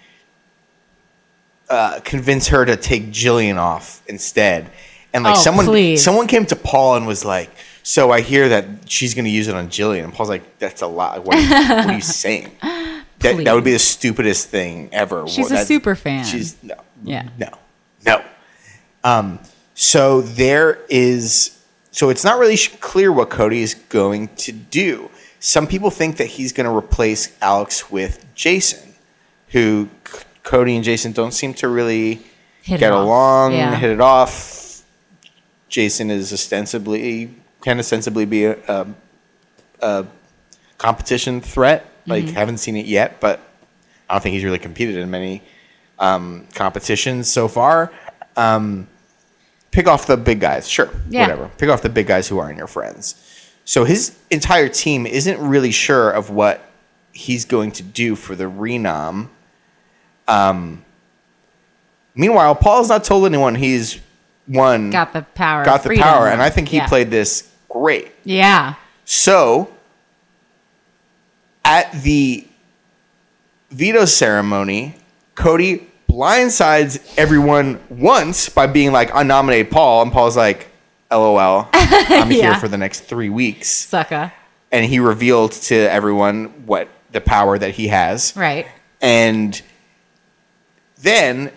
[SPEAKER 1] uh, convince her to take Jillian off instead. And like
[SPEAKER 2] Oh,
[SPEAKER 1] someone,
[SPEAKER 2] please.
[SPEAKER 1] someone came to Paul and was like, "So I hear that she's going to use it on Jillian." And Paul's like, "That's a lie. What are you, what are you saying? That, that would be the stupidest thing ever."
[SPEAKER 2] She's a
[SPEAKER 1] That-
[SPEAKER 2] super fan.
[SPEAKER 1] She's no,
[SPEAKER 2] Yeah.
[SPEAKER 1] no, no. Um, So there is. So it's not really sh- clear what Cody is going to do. Some people think that he's going to replace Alex with Jason, who C- Cody and Jason don't seem to really
[SPEAKER 2] Hit it
[SPEAKER 1] get
[SPEAKER 2] off.
[SPEAKER 1] along,
[SPEAKER 2] Yeah.
[SPEAKER 1] hit it off. Jason is ostensibly can ostensibly be a, a, a competition threat. Like
[SPEAKER 2] Mm-hmm.
[SPEAKER 1] haven't seen it yet, but I don't think he's really competed in many um, competitions so far. Um, pick off the big guys, sure,
[SPEAKER 2] Yeah.
[SPEAKER 1] whatever. Pick off the big guys who aren't your friends. So his entire team isn't really sure of what he's going to do for the renom. Um, Meanwhile, Paul's not told anyone he's won,
[SPEAKER 2] Got the power.
[SPEAKER 1] got
[SPEAKER 2] of
[SPEAKER 1] the
[SPEAKER 2] freedom.
[SPEAKER 1] power, and I think he
[SPEAKER 2] Yeah.
[SPEAKER 1] played this great.
[SPEAKER 2] Yeah.
[SPEAKER 1] So, at the veto ceremony, Cody blindsides everyone once by being like, I nominate Paul. And Paul's like, LOL, I'm here
[SPEAKER 2] Yeah.
[SPEAKER 1] for the next three weeks.
[SPEAKER 2] Sucka.
[SPEAKER 1] And he revealed to everyone what the power that he has.
[SPEAKER 2] Right.
[SPEAKER 1] And then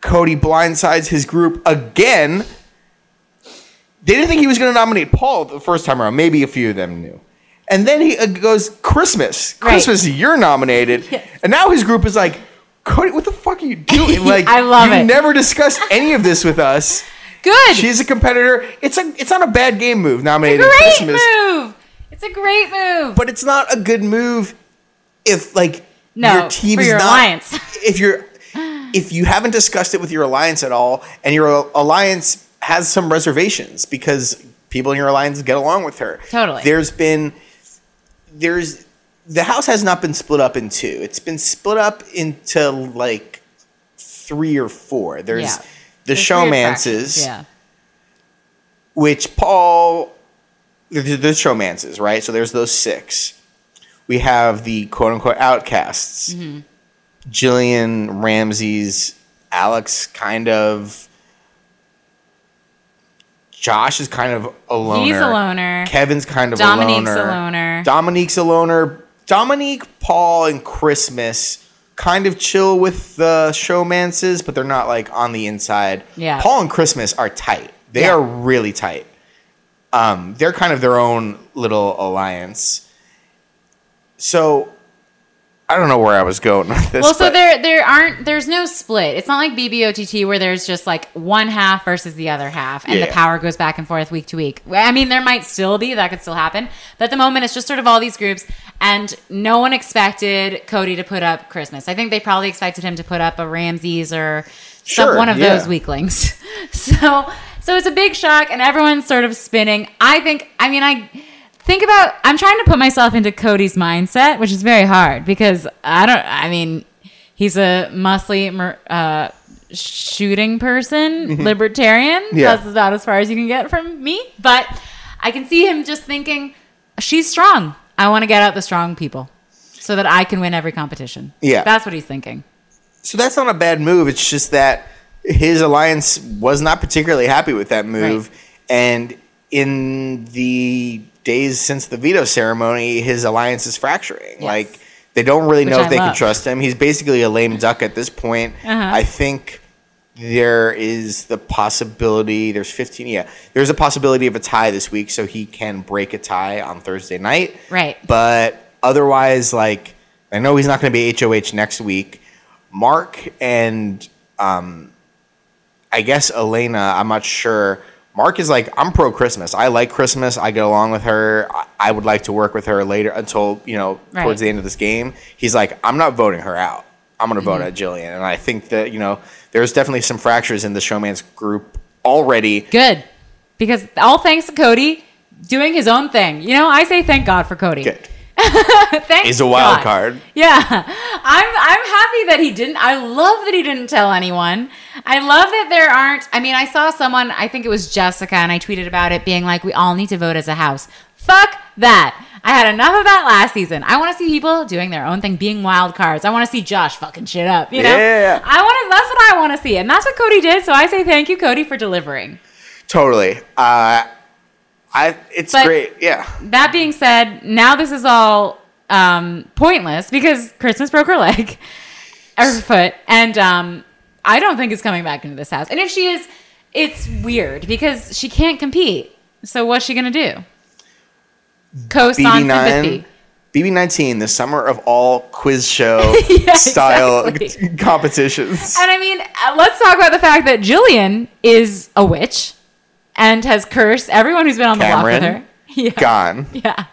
[SPEAKER 1] Cody blindsides his group again. They didn't think he was going to nominate Paul the first time around. Maybe a few of them knew. And then he uh, goes, Christmas,
[SPEAKER 2] Right.
[SPEAKER 1] Christmas, you're nominated. And now his group is like, Cody, what the fuck are you doing? Like,
[SPEAKER 2] I love
[SPEAKER 1] you
[SPEAKER 2] it.
[SPEAKER 1] never discussed any of this with us.
[SPEAKER 2] Good.
[SPEAKER 1] She's a competitor. It's a, it's not a bad game move, nominating
[SPEAKER 2] great
[SPEAKER 1] Christmas,
[SPEAKER 2] move. It's a great move.
[SPEAKER 1] but it's not a good move if like
[SPEAKER 2] No,
[SPEAKER 1] your team
[SPEAKER 2] for
[SPEAKER 1] is
[SPEAKER 2] your
[SPEAKER 1] not
[SPEAKER 2] alliance.
[SPEAKER 1] if you're if you haven't discussed it with your alliance at all and your alliance has some reservations because people in your alliance get along with her
[SPEAKER 2] Totally.
[SPEAKER 1] there's been there's the house has not been split up in two it's been split up into like three or four there's
[SPEAKER 2] Yeah.
[SPEAKER 1] the
[SPEAKER 2] There's three
[SPEAKER 1] showmances
[SPEAKER 2] attractions. Yeah.
[SPEAKER 1] which Paul, the, the, the showmances, right? So there's those six. We have the quote unquote outcasts
[SPEAKER 2] Mm-hmm.
[SPEAKER 1] Jillian, Ramses, Alex, kind of. Josh is kind of a loner.
[SPEAKER 2] He's a loner.
[SPEAKER 1] Kevin's kind of
[SPEAKER 2] Dominique's
[SPEAKER 1] a
[SPEAKER 2] a
[SPEAKER 1] loner.
[SPEAKER 2] loner.
[SPEAKER 1] Dominique's a loner. Dominique, Paul, and Christmas kind of chill with the showmances, but they're not like on the inside.
[SPEAKER 2] Yeah.
[SPEAKER 1] Paul and Christmas are tight. They
[SPEAKER 2] Yeah.
[SPEAKER 1] are really tight. Um, they're kind of their own little alliance. So I don't know where I was going with this.
[SPEAKER 2] Well, so
[SPEAKER 1] but-
[SPEAKER 2] there there aren't there's no split. It's not like BBOTT where there's just like one half versus the other half, and
[SPEAKER 1] Yeah.
[SPEAKER 2] the power goes back and forth week to week. I mean, there might still be that could still happen, but at the moment it's just sort of all these groups, and no one expected Cody to put up Christmas. I think they probably expected him to put up a Ramses or some,
[SPEAKER 1] Sure,
[SPEAKER 2] one of
[SPEAKER 1] yeah.
[SPEAKER 2] those weaklings. so so it's a big shock, and everyone's sort of spinning. I think. I mean, I. Think about I'm trying to put myself into Cody's mindset, which is very hard because I don't I mean he's a muscly mer- uh, shooting person, libertarian.
[SPEAKER 1] Mm-hmm. Yeah.
[SPEAKER 2] That's about as far as you can get from me. But I can see him just thinking, she's strong. I want to get out the strong people so that I can win every competition.
[SPEAKER 1] Yeah.
[SPEAKER 2] That's what he's thinking.
[SPEAKER 1] So that's not a bad move. It's just that his alliance was not particularly happy with that move.
[SPEAKER 2] Right.
[SPEAKER 1] And in the days since the veto ceremony, his alliance is fracturing. Like they don't really
[SPEAKER 2] Which
[SPEAKER 1] know
[SPEAKER 2] I
[SPEAKER 1] if they can
[SPEAKER 2] love.
[SPEAKER 1] trust him. He's basically a lame duck at this point.
[SPEAKER 2] Uh-huh.
[SPEAKER 1] I think there is the possibility there's 15 yeah there's a possibility of a tie this week so he can break a tie on thursday night
[SPEAKER 2] Right.
[SPEAKER 1] but otherwise like I know he's not going to be HOH next week. Mark and um, I guess Elena, I'm not sure. Mark is like, I'm pro Christmas. I like Christmas. I get along with her. I, I would like to work with her later until, you know,
[SPEAKER 2] Right.
[SPEAKER 1] towards the end of this game. He's like, I'm not voting her out. I'm going to
[SPEAKER 2] Mm-hmm.
[SPEAKER 1] vote at Jillian. And I think that, you know, there's definitely some fractures in the showman's group already.
[SPEAKER 2] Good. Because all thanks to Cody doing his own thing. You know, I say thank God for Cody.
[SPEAKER 1] Good.
[SPEAKER 2] Thank
[SPEAKER 1] He's a wild
[SPEAKER 2] God.
[SPEAKER 1] card.
[SPEAKER 2] Yeah. I'm I'm happy that he didn't. I love that he didn't tell anyone. I love that there aren't I mean, I saw someone, I think it was Jessica, and I tweeted about it being like, we all need to vote as a house. Fuck that. I had enough of that last season. I want to see people doing their own thing, being wild cards. I want to see Josh fucking shit up. You know?
[SPEAKER 1] Yeah.
[SPEAKER 2] I want to that's what I want to see. And that's what Cody did. So I say thank you, Cody, for delivering.
[SPEAKER 1] Totally. Uh, I. It's
[SPEAKER 2] But-
[SPEAKER 1] great. Yeah.
[SPEAKER 2] that being said, now this is all um, pointless because Christmas broke her leg, her foot, and um, I don't think it's coming back into this house. And if she is, it's weird because she can't compete. So what's she gonna do? Co-sign
[SPEAKER 1] BB9,
[SPEAKER 2] sympathy.
[SPEAKER 1] BB19, the summer of all quiz show
[SPEAKER 2] Yeah,
[SPEAKER 1] style
[SPEAKER 2] exactly.
[SPEAKER 1] competitions.
[SPEAKER 2] And I mean, uh, let's talk about the fact that Jillian is a witch and has cursed everyone who's been on the block
[SPEAKER 1] Cameron?
[SPEAKER 2] with her. Yeah,
[SPEAKER 1] Gone.
[SPEAKER 2] yeah.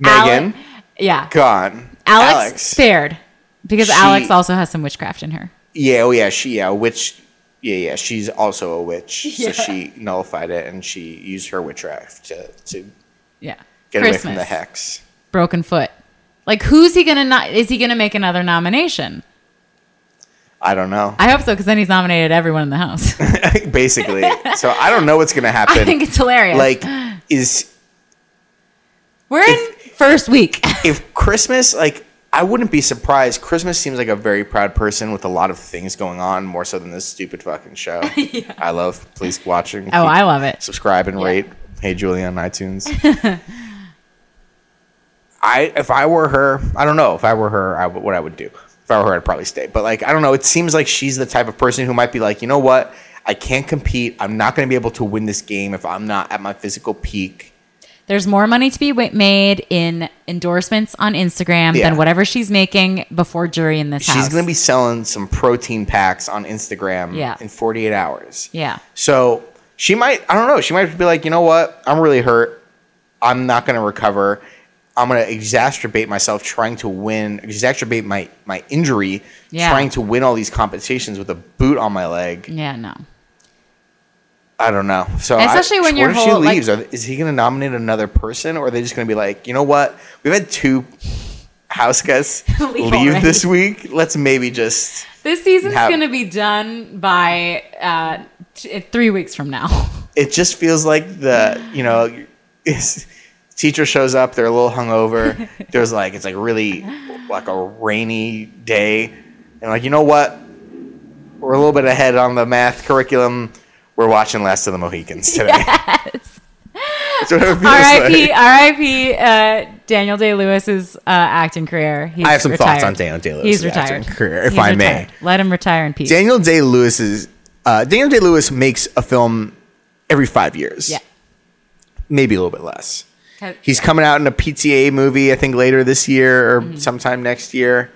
[SPEAKER 1] Megan,
[SPEAKER 2] Ale- yeah.
[SPEAKER 1] gone.
[SPEAKER 2] Alex, spared because
[SPEAKER 1] She-
[SPEAKER 2] Alex also has some witchcraft in her.
[SPEAKER 1] Yeah, oh yeah, she yeah, witch yeah, yeah, she's also a witch.
[SPEAKER 2] Yeah.
[SPEAKER 1] So she nullified it and she used her witchcraft to, to
[SPEAKER 2] Yeah.
[SPEAKER 1] get away from the hex.
[SPEAKER 2] Broken foot. Like who's he gonna not is he gonna make another nomination?
[SPEAKER 1] I don't know.
[SPEAKER 2] I hope so, because then he's nominated everyone in the house.
[SPEAKER 1] Basically. So I don't know what's gonna happen.
[SPEAKER 2] I think it's hilarious.
[SPEAKER 1] like is
[SPEAKER 2] we're in first week.
[SPEAKER 1] if Christmas, like, I wouldn't be surprised. Christmas seems like a very proud person with a lot of things going on, more so than this stupid fucking show. I love. Please watching.
[SPEAKER 2] Oh, I love it.
[SPEAKER 1] Subscribe and rate. Hey Julie on iTunes. I if I were her, I don't know if I were her, I would what I would do. If I were her, I'd probably stay. But like, I don't know. It seems like she's the type of person who might be like, you know what? I can't compete. I'm not going to be able to win this game if I'm not at my physical peak.
[SPEAKER 2] There's more money to be wa- made in endorsements on Instagram
[SPEAKER 1] Yeah.
[SPEAKER 2] than whatever she's making before jury in this house.
[SPEAKER 1] She's gonna be selling some protein packs on Instagram
[SPEAKER 2] Yeah.
[SPEAKER 1] in 48 hours.
[SPEAKER 2] Yeah.
[SPEAKER 1] So she might, I don't know, she might be like, you know what? I'm really hurt. I'm not gonna recover. I'm gonna exacerbate myself trying to win, exacerbate my my injury,
[SPEAKER 2] Yeah.
[SPEAKER 1] trying to win all these competitions with a boot on my leg.
[SPEAKER 2] Yeah, no.
[SPEAKER 1] I don't know. So I-
[SPEAKER 2] Especially when
[SPEAKER 1] what
[SPEAKER 2] your
[SPEAKER 1] if
[SPEAKER 2] whole,
[SPEAKER 1] she
[SPEAKER 2] like-
[SPEAKER 1] leaves, Are- is he gonna nominate another person, or are they just gonna be like, you know what? We've had two house guests
[SPEAKER 2] Leave
[SPEAKER 1] leave,
[SPEAKER 2] already.
[SPEAKER 1] this week. Let's maybe just.
[SPEAKER 2] This season's
[SPEAKER 1] Have-
[SPEAKER 2] gonna be done by uh, t- three weeks from now.
[SPEAKER 1] it just feels like the you know it's, teacher shows up they're a little hungover there's like it's like really like a rainy day and like you know what we're a little bit ahead on the math curriculum we're watching last of the mohicans today That's what it feels
[SPEAKER 2] R.I.P.
[SPEAKER 1] like.
[SPEAKER 2] R.I.P. Uh, Daniel Day Lewis's uh, acting career. He's
[SPEAKER 1] I have some
[SPEAKER 2] retired.
[SPEAKER 1] thoughts on Daniel Day-Lewis's
[SPEAKER 2] He's
[SPEAKER 1] acting
[SPEAKER 2] retired.
[SPEAKER 1] career, if
[SPEAKER 2] He's
[SPEAKER 1] I may.
[SPEAKER 2] retired. let him retire in peace.
[SPEAKER 1] daniel day-lewis's uh, daniel day-lewis makes a film every five years
[SPEAKER 2] yeah,
[SPEAKER 1] maybe a little bit less
[SPEAKER 2] Has-
[SPEAKER 1] He's coming out in a PTA movie, I think later this year or sometime next year.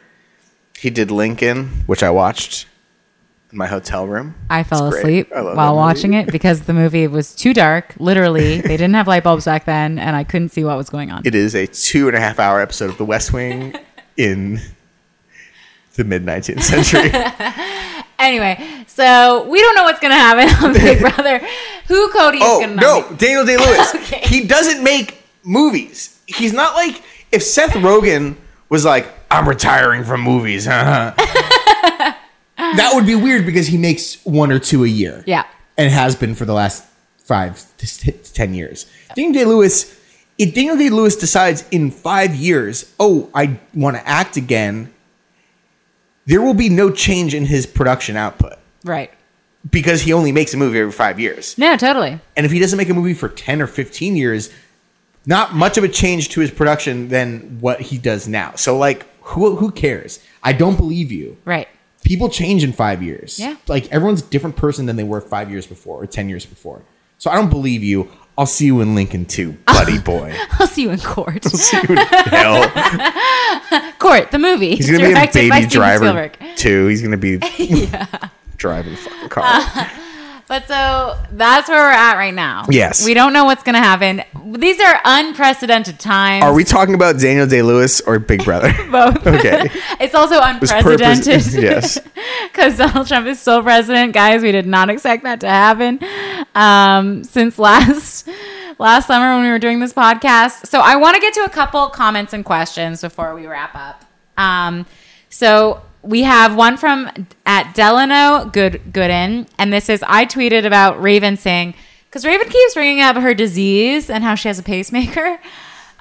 [SPEAKER 1] He did Lincoln, which I watched in my hotel room.
[SPEAKER 2] I fell
[SPEAKER 1] It's great.
[SPEAKER 2] asleep
[SPEAKER 1] I love that
[SPEAKER 2] while
[SPEAKER 1] movie.
[SPEAKER 2] watching it because the movie was too dark. Literally, they didn't have light bulbs back then, and I couldn't see what was going on.
[SPEAKER 1] It is a two and a half hour episode of The West Wing in the mid 19th century.
[SPEAKER 2] anyway, so we don't know what's gonna happen on Big Brother. Who Cody is
[SPEAKER 1] oh,
[SPEAKER 2] gonna
[SPEAKER 1] no,
[SPEAKER 2] nominate.
[SPEAKER 1] Daniel Day Lewis.
[SPEAKER 2] Okay.
[SPEAKER 1] He doesn't make movies. He's not like if Seth Rogen was like, I'm retiring from movies. huh?"
[SPEAKER 3] That would be weird because he makes one or two a year.
[SPEAKER 2] Yeah.
[SPEAKER 3] And has been for the last five to s- to ten years. Daniel Day Lewis, if Daniel Day Lewis decides in five years, oh, I want to act again, there will be no change in his production output
[SPEAKER 2] Right?
[SPEAKER 1] because he only makes a movie every five years.
[SPEAKER 2] No, totally.
[SPEAKER 3] And if he doesn't make a movie for 10 or 15 years, not much of a change to his production than what he does now. So like who who cares? I don't believe you.
[SPEAKER 2] Right.
[SPEAKER 3] People change in 5 years.
[SPEAKER 2] Yeah.
[SPEAKER 3] Like everyone's a different person than they were 5 years before or 10 years before. So I don't believe you. I'll see you in Lincoln too,
[SPEAKER 1] buddy boy.
[SPEAKER 2] I'll see you in court.
[SPEAKER 1] Dude, hell.
[SPEAKER 2] court, the movie.
[SPEAKER 1] He's gonna be a
[SPEAKER 2] directed by
[SPEAKER 1] baby
[SPEAKER 2] Steven
[SPEAKER 1] driver
[SPEAKER 2] Spielberg.
[SPEAKER 1] too. He's gonna be driving fucking car.
[SPEAKER 2] Uh, But so that's where we're at right now.
[SPEAKER 1] Yes.
[SPEAKER 2] We don't know what's going to happen. These are unprecedented times.
[SPEAKER 1] Are we talking about Daniel Day Lewis or Big Brother?
[SPEAKER 2] both?
[SPEAKER 1] Okay.
[SPEAKER 2] it's also
[SPEAKER 1] It's purpose-
[SPEAKER 2] unprecedented.
[SPEAKER 1] yes.
[SPEAKER 2] Because Donald Trump is still president, guys. We did not expect that to happen um, since last last summer when we were doing this podcast. So I want to get to a couple comments and questions before we wrap up. Um, so we have one from at Delano Good Gooden, and this is I tweeted about Raven saying because Raven keeps bringing up her disease and how she has a pacemaker.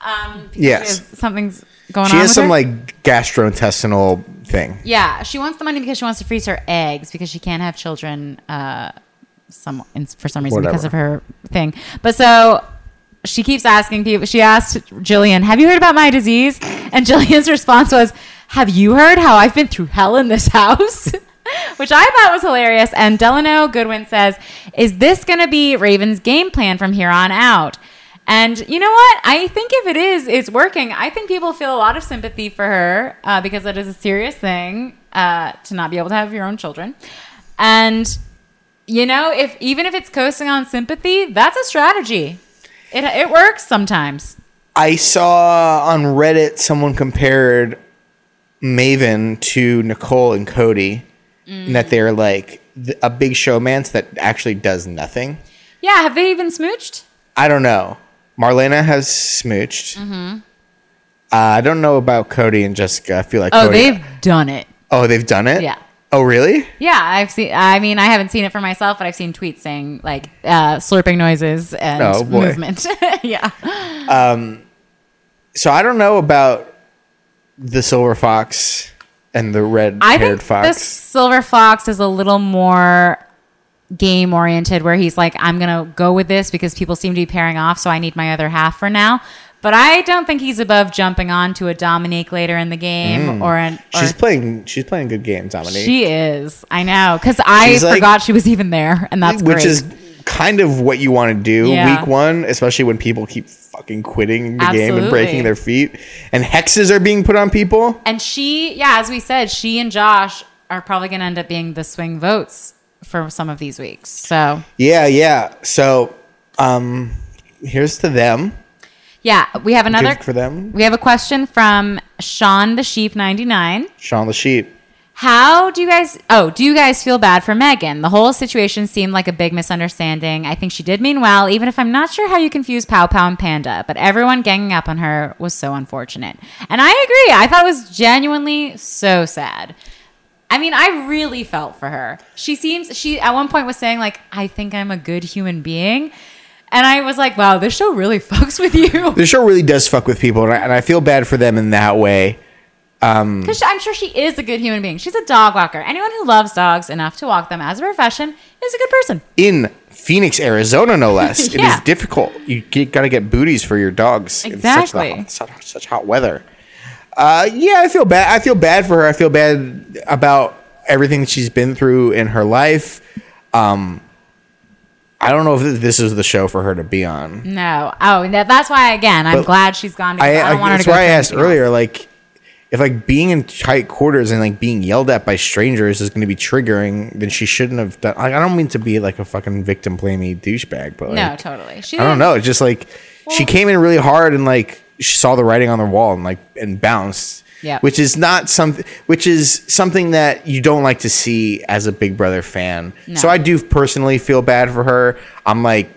[SPEAKER 2] Um, because she
[SPEAKER 1] Yes.
[SPEAKER 2] has- something's going
[SPEAKER 1] She
[SPEAKER 2] on.
[SPEAKER 1] has
[SPEAKER 2] with
[SPEAKER 1] some
[SPEAKER 2] her.
[SPEAKER 1] like gastrointestinal thing.
[SPEAKER 2] Yeah, she wants the money because she wants to freeze her eggs because she can't have children. Uh, some in, for some reason because
[SPEAKER 1] Whatever.
[SPEAKER 2] of her thing. But so she keeps asking people. She asked Jillian, "Have you heard about my disease?" And Jillian's response was, "Have you heard how I've been through hell in this house?" Which I thought was hilarious. And Delano Goodwin says, "Is this going to be Raven's game plan from here on out?" And you know what? I think if it is, it's working. I think people feel a lot of sympathy for her uh, because that is a serious thing uh, to not be able to have your own children. And you know, if even if it's coasting on sympathy, that's a strategy. It it works sometimes.
[SPEAKER 1] I saw on Reddit someone compared Maven to Nicole and Cody, and that they're like th- a big showmance that actually does nothing.
[SPEAKER 2] Yeah, have they even smooched?
[SPEAKER 1] I don't know. Marlena has smooched.
[SPEAKER 2] Mm-hmm.
[SPEAKER 1] Uh, I don't know about Cody and Jessica. I feel like
[SPEAKER 2] Oh,
[SPEAKER 1] Cody-
[SPEAKER 2] they've done it.
[SPEAKER 1] oh they've done it.
[SPEAKER 2] Yeah.
[SPEAKER 1] Oh really?
[SPEAKER 2] Yeah, I've seen. I mean, I haven't seen it for myself, but I've seen tweets saying like uh, slurping noises and
[SPEAKER 1] Oh, boy.
[SPEAKER 2] movement. yeah,
[SPEAKER 1] So I don't know about the silver fox and the red
[SPEAKER 2] I
[SPEAKER 1] haired
[SPEAKER 2] think
[SPEAKER 1] fox.
[SPEAKER 2] the silver fox is a little more game oriented, where he's like, "I'm gonna go with this because people seem to be pairing off, so I need my other half for now." But I don't think he's above jumping on to a Dominique later in the game or an.
[SPEAKER 1] Mm.
[SPEAKER 2] Or
[SPEAKER 1] she's playing. She's playing good games, Dominique.
[SPEAKER 2] She is. I know. Because I
[SPEAKER 1] She's like-
[SPEAKER 2] forgot she was even there. And that's
[SPEAKER 1] which
[SPEAKER 2] great.
[SPEAKER 1] is kind of what you want to do
[SPEAKER 2] Yeah.
[SPEAKER 1] week one, especially when people keep fucking quitting the game and
[SPEAKER 2] Absolutely.
[SPEAKER 1] breaking their feet, and hexes are being put on people.
[SPEAKER 2] and she, yeah, as we said, she and Josh are probably going to end up being the swing votes for some of these weeks. So,
[SPEAKER 1] Yeah, yeah. So, um, here's to them.
[SPEAKER 2] yeah, we have another.
[SPEAKER 1] Good for them.
[SPEAKER 2] We have a question from Sean the Sheep 99.
[SPEAKER 1] Sean Sheep.
[SPEAKER 2] How do you guys? Oh, do you guys feel bad for Megan? The whole situation seemed like a big misunderstanding. I think she did mean well, even if I'm not sure how you confuse Pow Pow and Panda. But everyone ganging up on her was so unfortunate, and I agree. I thought it was genuinely so sad. I mean, I really felt for her. She seems she at one point was saying like, "I think I'm a good human being," and I was like, "Wow, this show really fucks with you."
[SPEAKER 1] The show really does fuck with people, and I, and I feel bad for them in that way.
[SPEAKER 2] Because I'm sure she is a good human being. She's a dog walker. Anyone who loves dogs enough to walk them as a profession is a good person.
[SPEAKER 1] In Phoenix, Arizona, no less, it
[SPEAKER 2] Yeah.
[SPEAKER 1] is difficult. You get, gotta get booties for your dogs
[SPEAKER 2] Exactly.
[SPEAKER 1] in such, the, such, such hot weather. Uh, yeah, I feel bad. I feel bad for her. I feel bad about everything that she's been through in her life. Um, I don't know if this is the show for her to be on.
[SPEAKER 2] No. Oh, that, that's why, again, I'm
[SPEAKER 1] But
[SPEAKER 2] glad she's gone because I,
[SPEAKER 1] I, I,
[SPEAKER 2] don't want her to
[SPEAKER 1] that's
[SPEAKER 2] go
[SPEAKER 1] why I
[SPEAKER 2] through
[SPEAKER 1] asked
[SPEAKER 2] anything
[SPEAKER 1] earlier,
[SPEAKER 2] else.
[SPEAKER 1] like, if like being in tight quarters and like being yelled at by strangers is going to be triggering, then she shouldn't have done. Like, I don't mean to be like a fucking victim blamey douchebag, but like,
[SPEAKER 2] No, totally. She
[SPEAKER 1] I don't
[SPEAKER 2] didn't-
[SPEAKER 1] know. It's just like she came in really hard and like she saw the writing on the wall and like and bounced.
[SPEAKER 2] Yeah.
[SPEAKER 1] Which is not something which is something that you don't like to see as a Big Brother fan. So I do personally feel bad for her. I'm like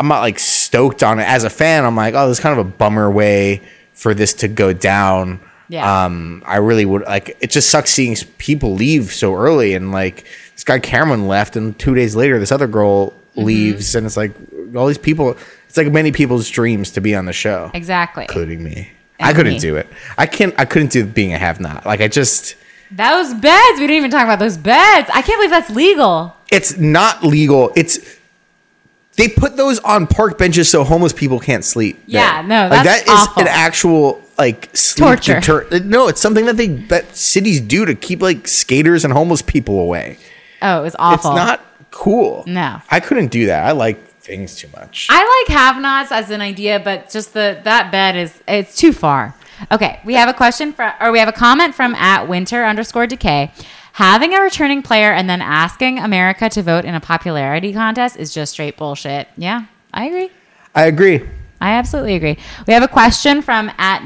[SPEAKER 1] I'm not like stoked on it as a fan. I'm like, oh, this is kind of a bummer way for this to go down.
[SPEAKER 2] Yeah.
[SPEAKER 1] Um, I really would like. It just sucks seeing s- people leave so early, and like this guy Cameron left, and two days later this other girl leaves, and it's like all these people. It's like many people's dreams to be on the show,
[SPEAKER 2] Exactly.
[SPEAKER 1] including me. I
[SPEAKER 2] And
[SPEAKER 1] couldn't
[SPEAKER 2] me.
[SPEAKER 1] do it. I can't. I couldn't do being a have not. Like I just.
[SPEAKER 2] Those beds. We didn't even talk about those beds. I can't believe that's legal.
[SPEAKER 1] It's not legal. It's they put those on park benches so homeless people can't sleep.
[SPEAKER 2] Yeah,
[SPEAKER 1] there.
[SPEAKER 2] no,
[SPEAKER 1] like,
[SPEAKER 2] that's
[SPEAKER 1] that is
[SPEAKER 2] awful.
[SPEAKER 1] an actual like sleep
[SPEAKER 2] Torture.
[SPEAKER 1] deter- no, it's something that they that cities do to keep like skaters and homeless people away.
[SPEAKER 2] Oh, it was awful.
[SPEAKER 1] It's not cool.
[SPEAKER 2] No.
[SPEAKER 1] I couldn't do that. I like things too much.
[SPEAKER 2] I like have nots as an idea, but just the that bed is it's too far. Okay, we have a question from or we have a comment from at winter underscore decay. Having a returning player and then asking America to vote in a popularity contest is just straight bullshit. Yeah, I agree.
[SPEAKER 1] I agree.
[SPEAKER 2] I absolutely agree. We have a question from at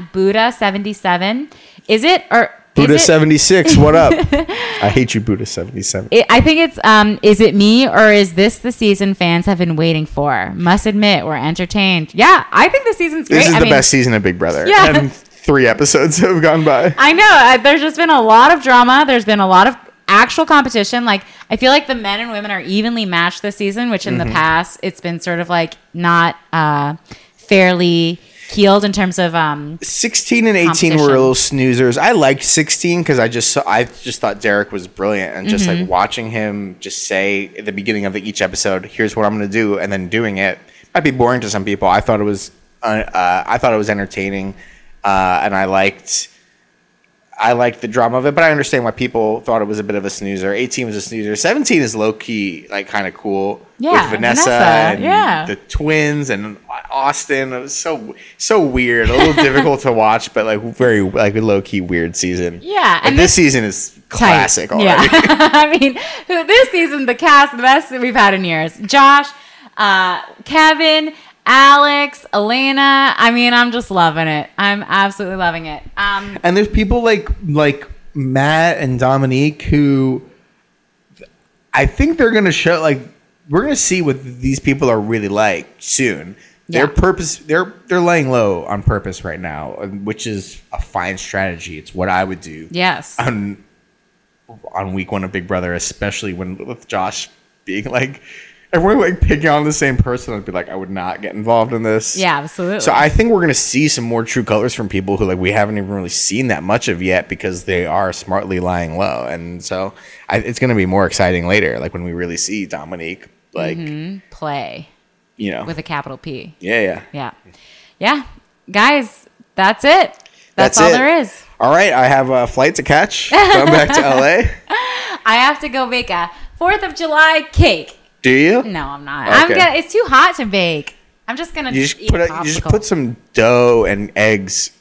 [SPEAKER 2] Buddha77. Is it or
[SPEAKER 1] Buddha
[SPEAKER 2] is it,
[SPEAKER 1] seventy six, what up? I hate you, Buddha seventy seven.
[SPEAKER 2] it- I think it's um is it me or is this the season fans have been waiting for? Must admit we're entertained. Yeah, I think the season's great.
[SPEAKER 1] This is
[SPEAKER 2] I
[SPEAKER 1] the
[SPEAKER 2] mean,
[SPEAKER 1] best season of Big Brother.
[SPEAKER 2] Yeah.
[SPEAKER 1] And three episodes have gone by.
[SPEAKER 2] I know. Uh, there's just been a lot of drama. There's been a lot of actual competition. Like I feel like the men and women are evenly matched this season, which in
[SPEAKER 1] Mm-hmm.
[SPEAKER 2] the past it's been sort of like not uh, fairly healed in terms of um
[SPEAKER 1] 16 and 18 were
[SPEAKER 2] Competition.
[SPEAKER 1] a little snoozers. I liked 16 because I just saw, I just thought Derek was brilliant and just
[SPEAKER 2] Mm-hmm.
[SPEAKER 1] like watching him just say at the beginning of each episode, "Here's what I'm going to do," and then doing it might be boring to some people. I thought it was uh, uh, I thought it was entertaining, uh, and I liked I liked the drama of it. But I understand why people thought it was a bit of a snoozer. 18 was a snoozer. 17 is low key like kind of cool
[SPEAKER 2] Yeah,
[SPEAKER 1] with Vanessa,
[SPEAKER 2] Vanessa,
[SPEAKER 1] and
[SPEAKER 2] yeah.
[SPEAKER 1] the twins and Austin. It was so so weird, a little difficult to watch, but like very like low key weird season.
[SPEAKER 2] Yeah,
[SPEAKER 1] and
[SPEAKER 2] and
[SPEAKER 1] this, season is
[SPEAKER 2] tight.
[SPEAKER 1] classic. Already.
[SPEAKER 2] Yeah, I mean, who this season the cast the best that we've had in years. Josh, uh, Kevin. Alex, Elena, I mean, I'm just loving it. I'm absolutely loving it. Um,
[SPEAKER 3] And there's people like like Matt and Dominique who
[SPEAKER 1] I think they're gonna show like we're gonna see what these people are really like soon. Their
[SPEAKER 2] Yeah.
[SPEAKER 1] purpose they're they're laying low on purpose right now, which is a fine strategy. It's what I would do.
[SPEAKER 2] yes.
[SPEAKER 1] on on week one of Big Brother, especially when with Josh being like everyone like picking on the same person, I'd be like, I would not get involved in this.
[SPEAKER 2] Yeah, absolutely.
[SPEAKER 1] So I think we're gonna see some more true colors from people who like we haven't even really seen that much of yet because they are smartly lying low, and so I, it's gonna be more exciting later, like when we really see Dominique, like
[SPEAKER 2] Play.
[SPEAKER 1] you know,
[SPEAKER 2] Mm-hmm. with a capital P.
[SPEAKER 1] yeah, yeah.
[SPEAKER 2] Yeah. Yeah. Guys, that's it. That's, all
[SPEAKER 1] it.
[SPEAKER 2] there is.
[SPEAKER 1] All right, I have a flight to catch. Going back to LA.
[SPEAKER 2] I have to go bake a 4th of July cake.
[SPEAKER 1] Do you?
[SPEAKER 2] No, I'm not. I'm
[SPEAKER 1] Okay.
[SPEAKER 2] gonna it's too hot to bake. I'm just gonna
[SPEAKER 1] You just
[SPEAKER 2] eat
[SPEAKER 1] put
[SPEAKER 2] a
[SPEAKER 1] a, you just
[SPEAKER 2] popsicle.
[SPEAKER 1] put some dough and eggs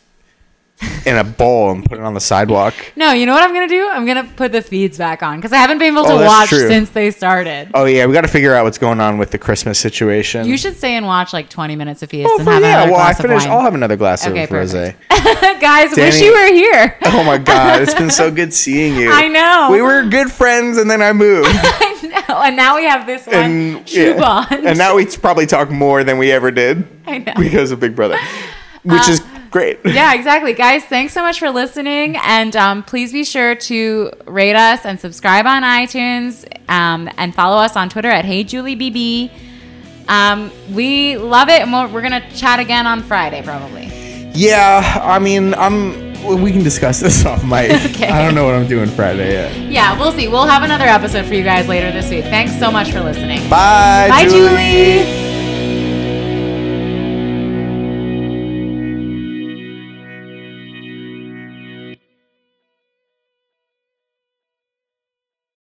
[SPEAKER 1] in a bowl and put it on the sidewalk.
[SPEAKER 2] no, you know what I'm gonna do? I'm gonna put the feeds back on because I haven't been able
[SPEAKER 1] Oh,
[SPEAKER 2] to
[SPEAKER 1] that's
[SPEAKER 2] watch
[SPEAKER 1] true.
[SPEAKER 2] since they started.
[SPEAKER 1] Oh yeah, we got to figure out what's going on with the Christmas situation.
[SPEAKER 2] You should stay and watch like 20 minutes of feeds
[SPEAKER 1] Oh,
[SPEAKER 2] and
[SPEAKER 1] for-
[SPEAKER 2] have
[SPEAKER 1] yeah,
[SPEAKER 2] another
[SPEAKER 1] well, I
[SPEAKER 2] glass
[SPEAKER 1] finished.
[SPEAKER 2] of
[SPEAKER 1] I'll
[SPEAKER 2] wine.
[SPEAKER 1] have another glass
[SPEAKER 2] Okay,
[SPEAKER 1] of rosé.
[SPEAKER 2] perfect. Guys, wish
[SPEAKER 1] Danny-
[SPEAKER 2] you were here.
[SPEAKER 1] Oh my god, it's been so good seeing you.
[SPEAKER 2] I know.
[SPEAKER 1] We were good friends, and then I moved,
[SPEAKER 2] I know. And now we have this one
[SPEAKER 1] and
[SPEAKER 2] shoe
[SPEAKER 1] yeah.
[SPEAKER 2] bond.
[SPEAKER 1] and now we probably talk more than we ever did
[SPEAKER 2] I know. Uh,
[SPEAKER 1] because of Big Brother, which is great.
[SPEAKER 2] yeah, exactly. Guys, thanks so much for listening. And um, please be sure to rate us and subscribe on iTunes um, and follow us on Twitter at HeyJulieBB. Um, we love it. And we're, we're going to chat again on Friday, probably.
[SPEAKER 1] Yeah, I mean, I'm.
[SPEAKER 3] we can discuss this off mic.
[SPEAKER 2] Okay.
[SPEAKER 3] I don't know what I'm doing Friday yet.
[SPEAKER 2] Yeah, we'll see. We'll have another episode for you guys later this week. Thanks so much for listening.
[SPEAKER 1] Bye,
[SPEAKER 2] Bye,
[SPEAKER 1] Julie.
[SPEAKER 2] Julie.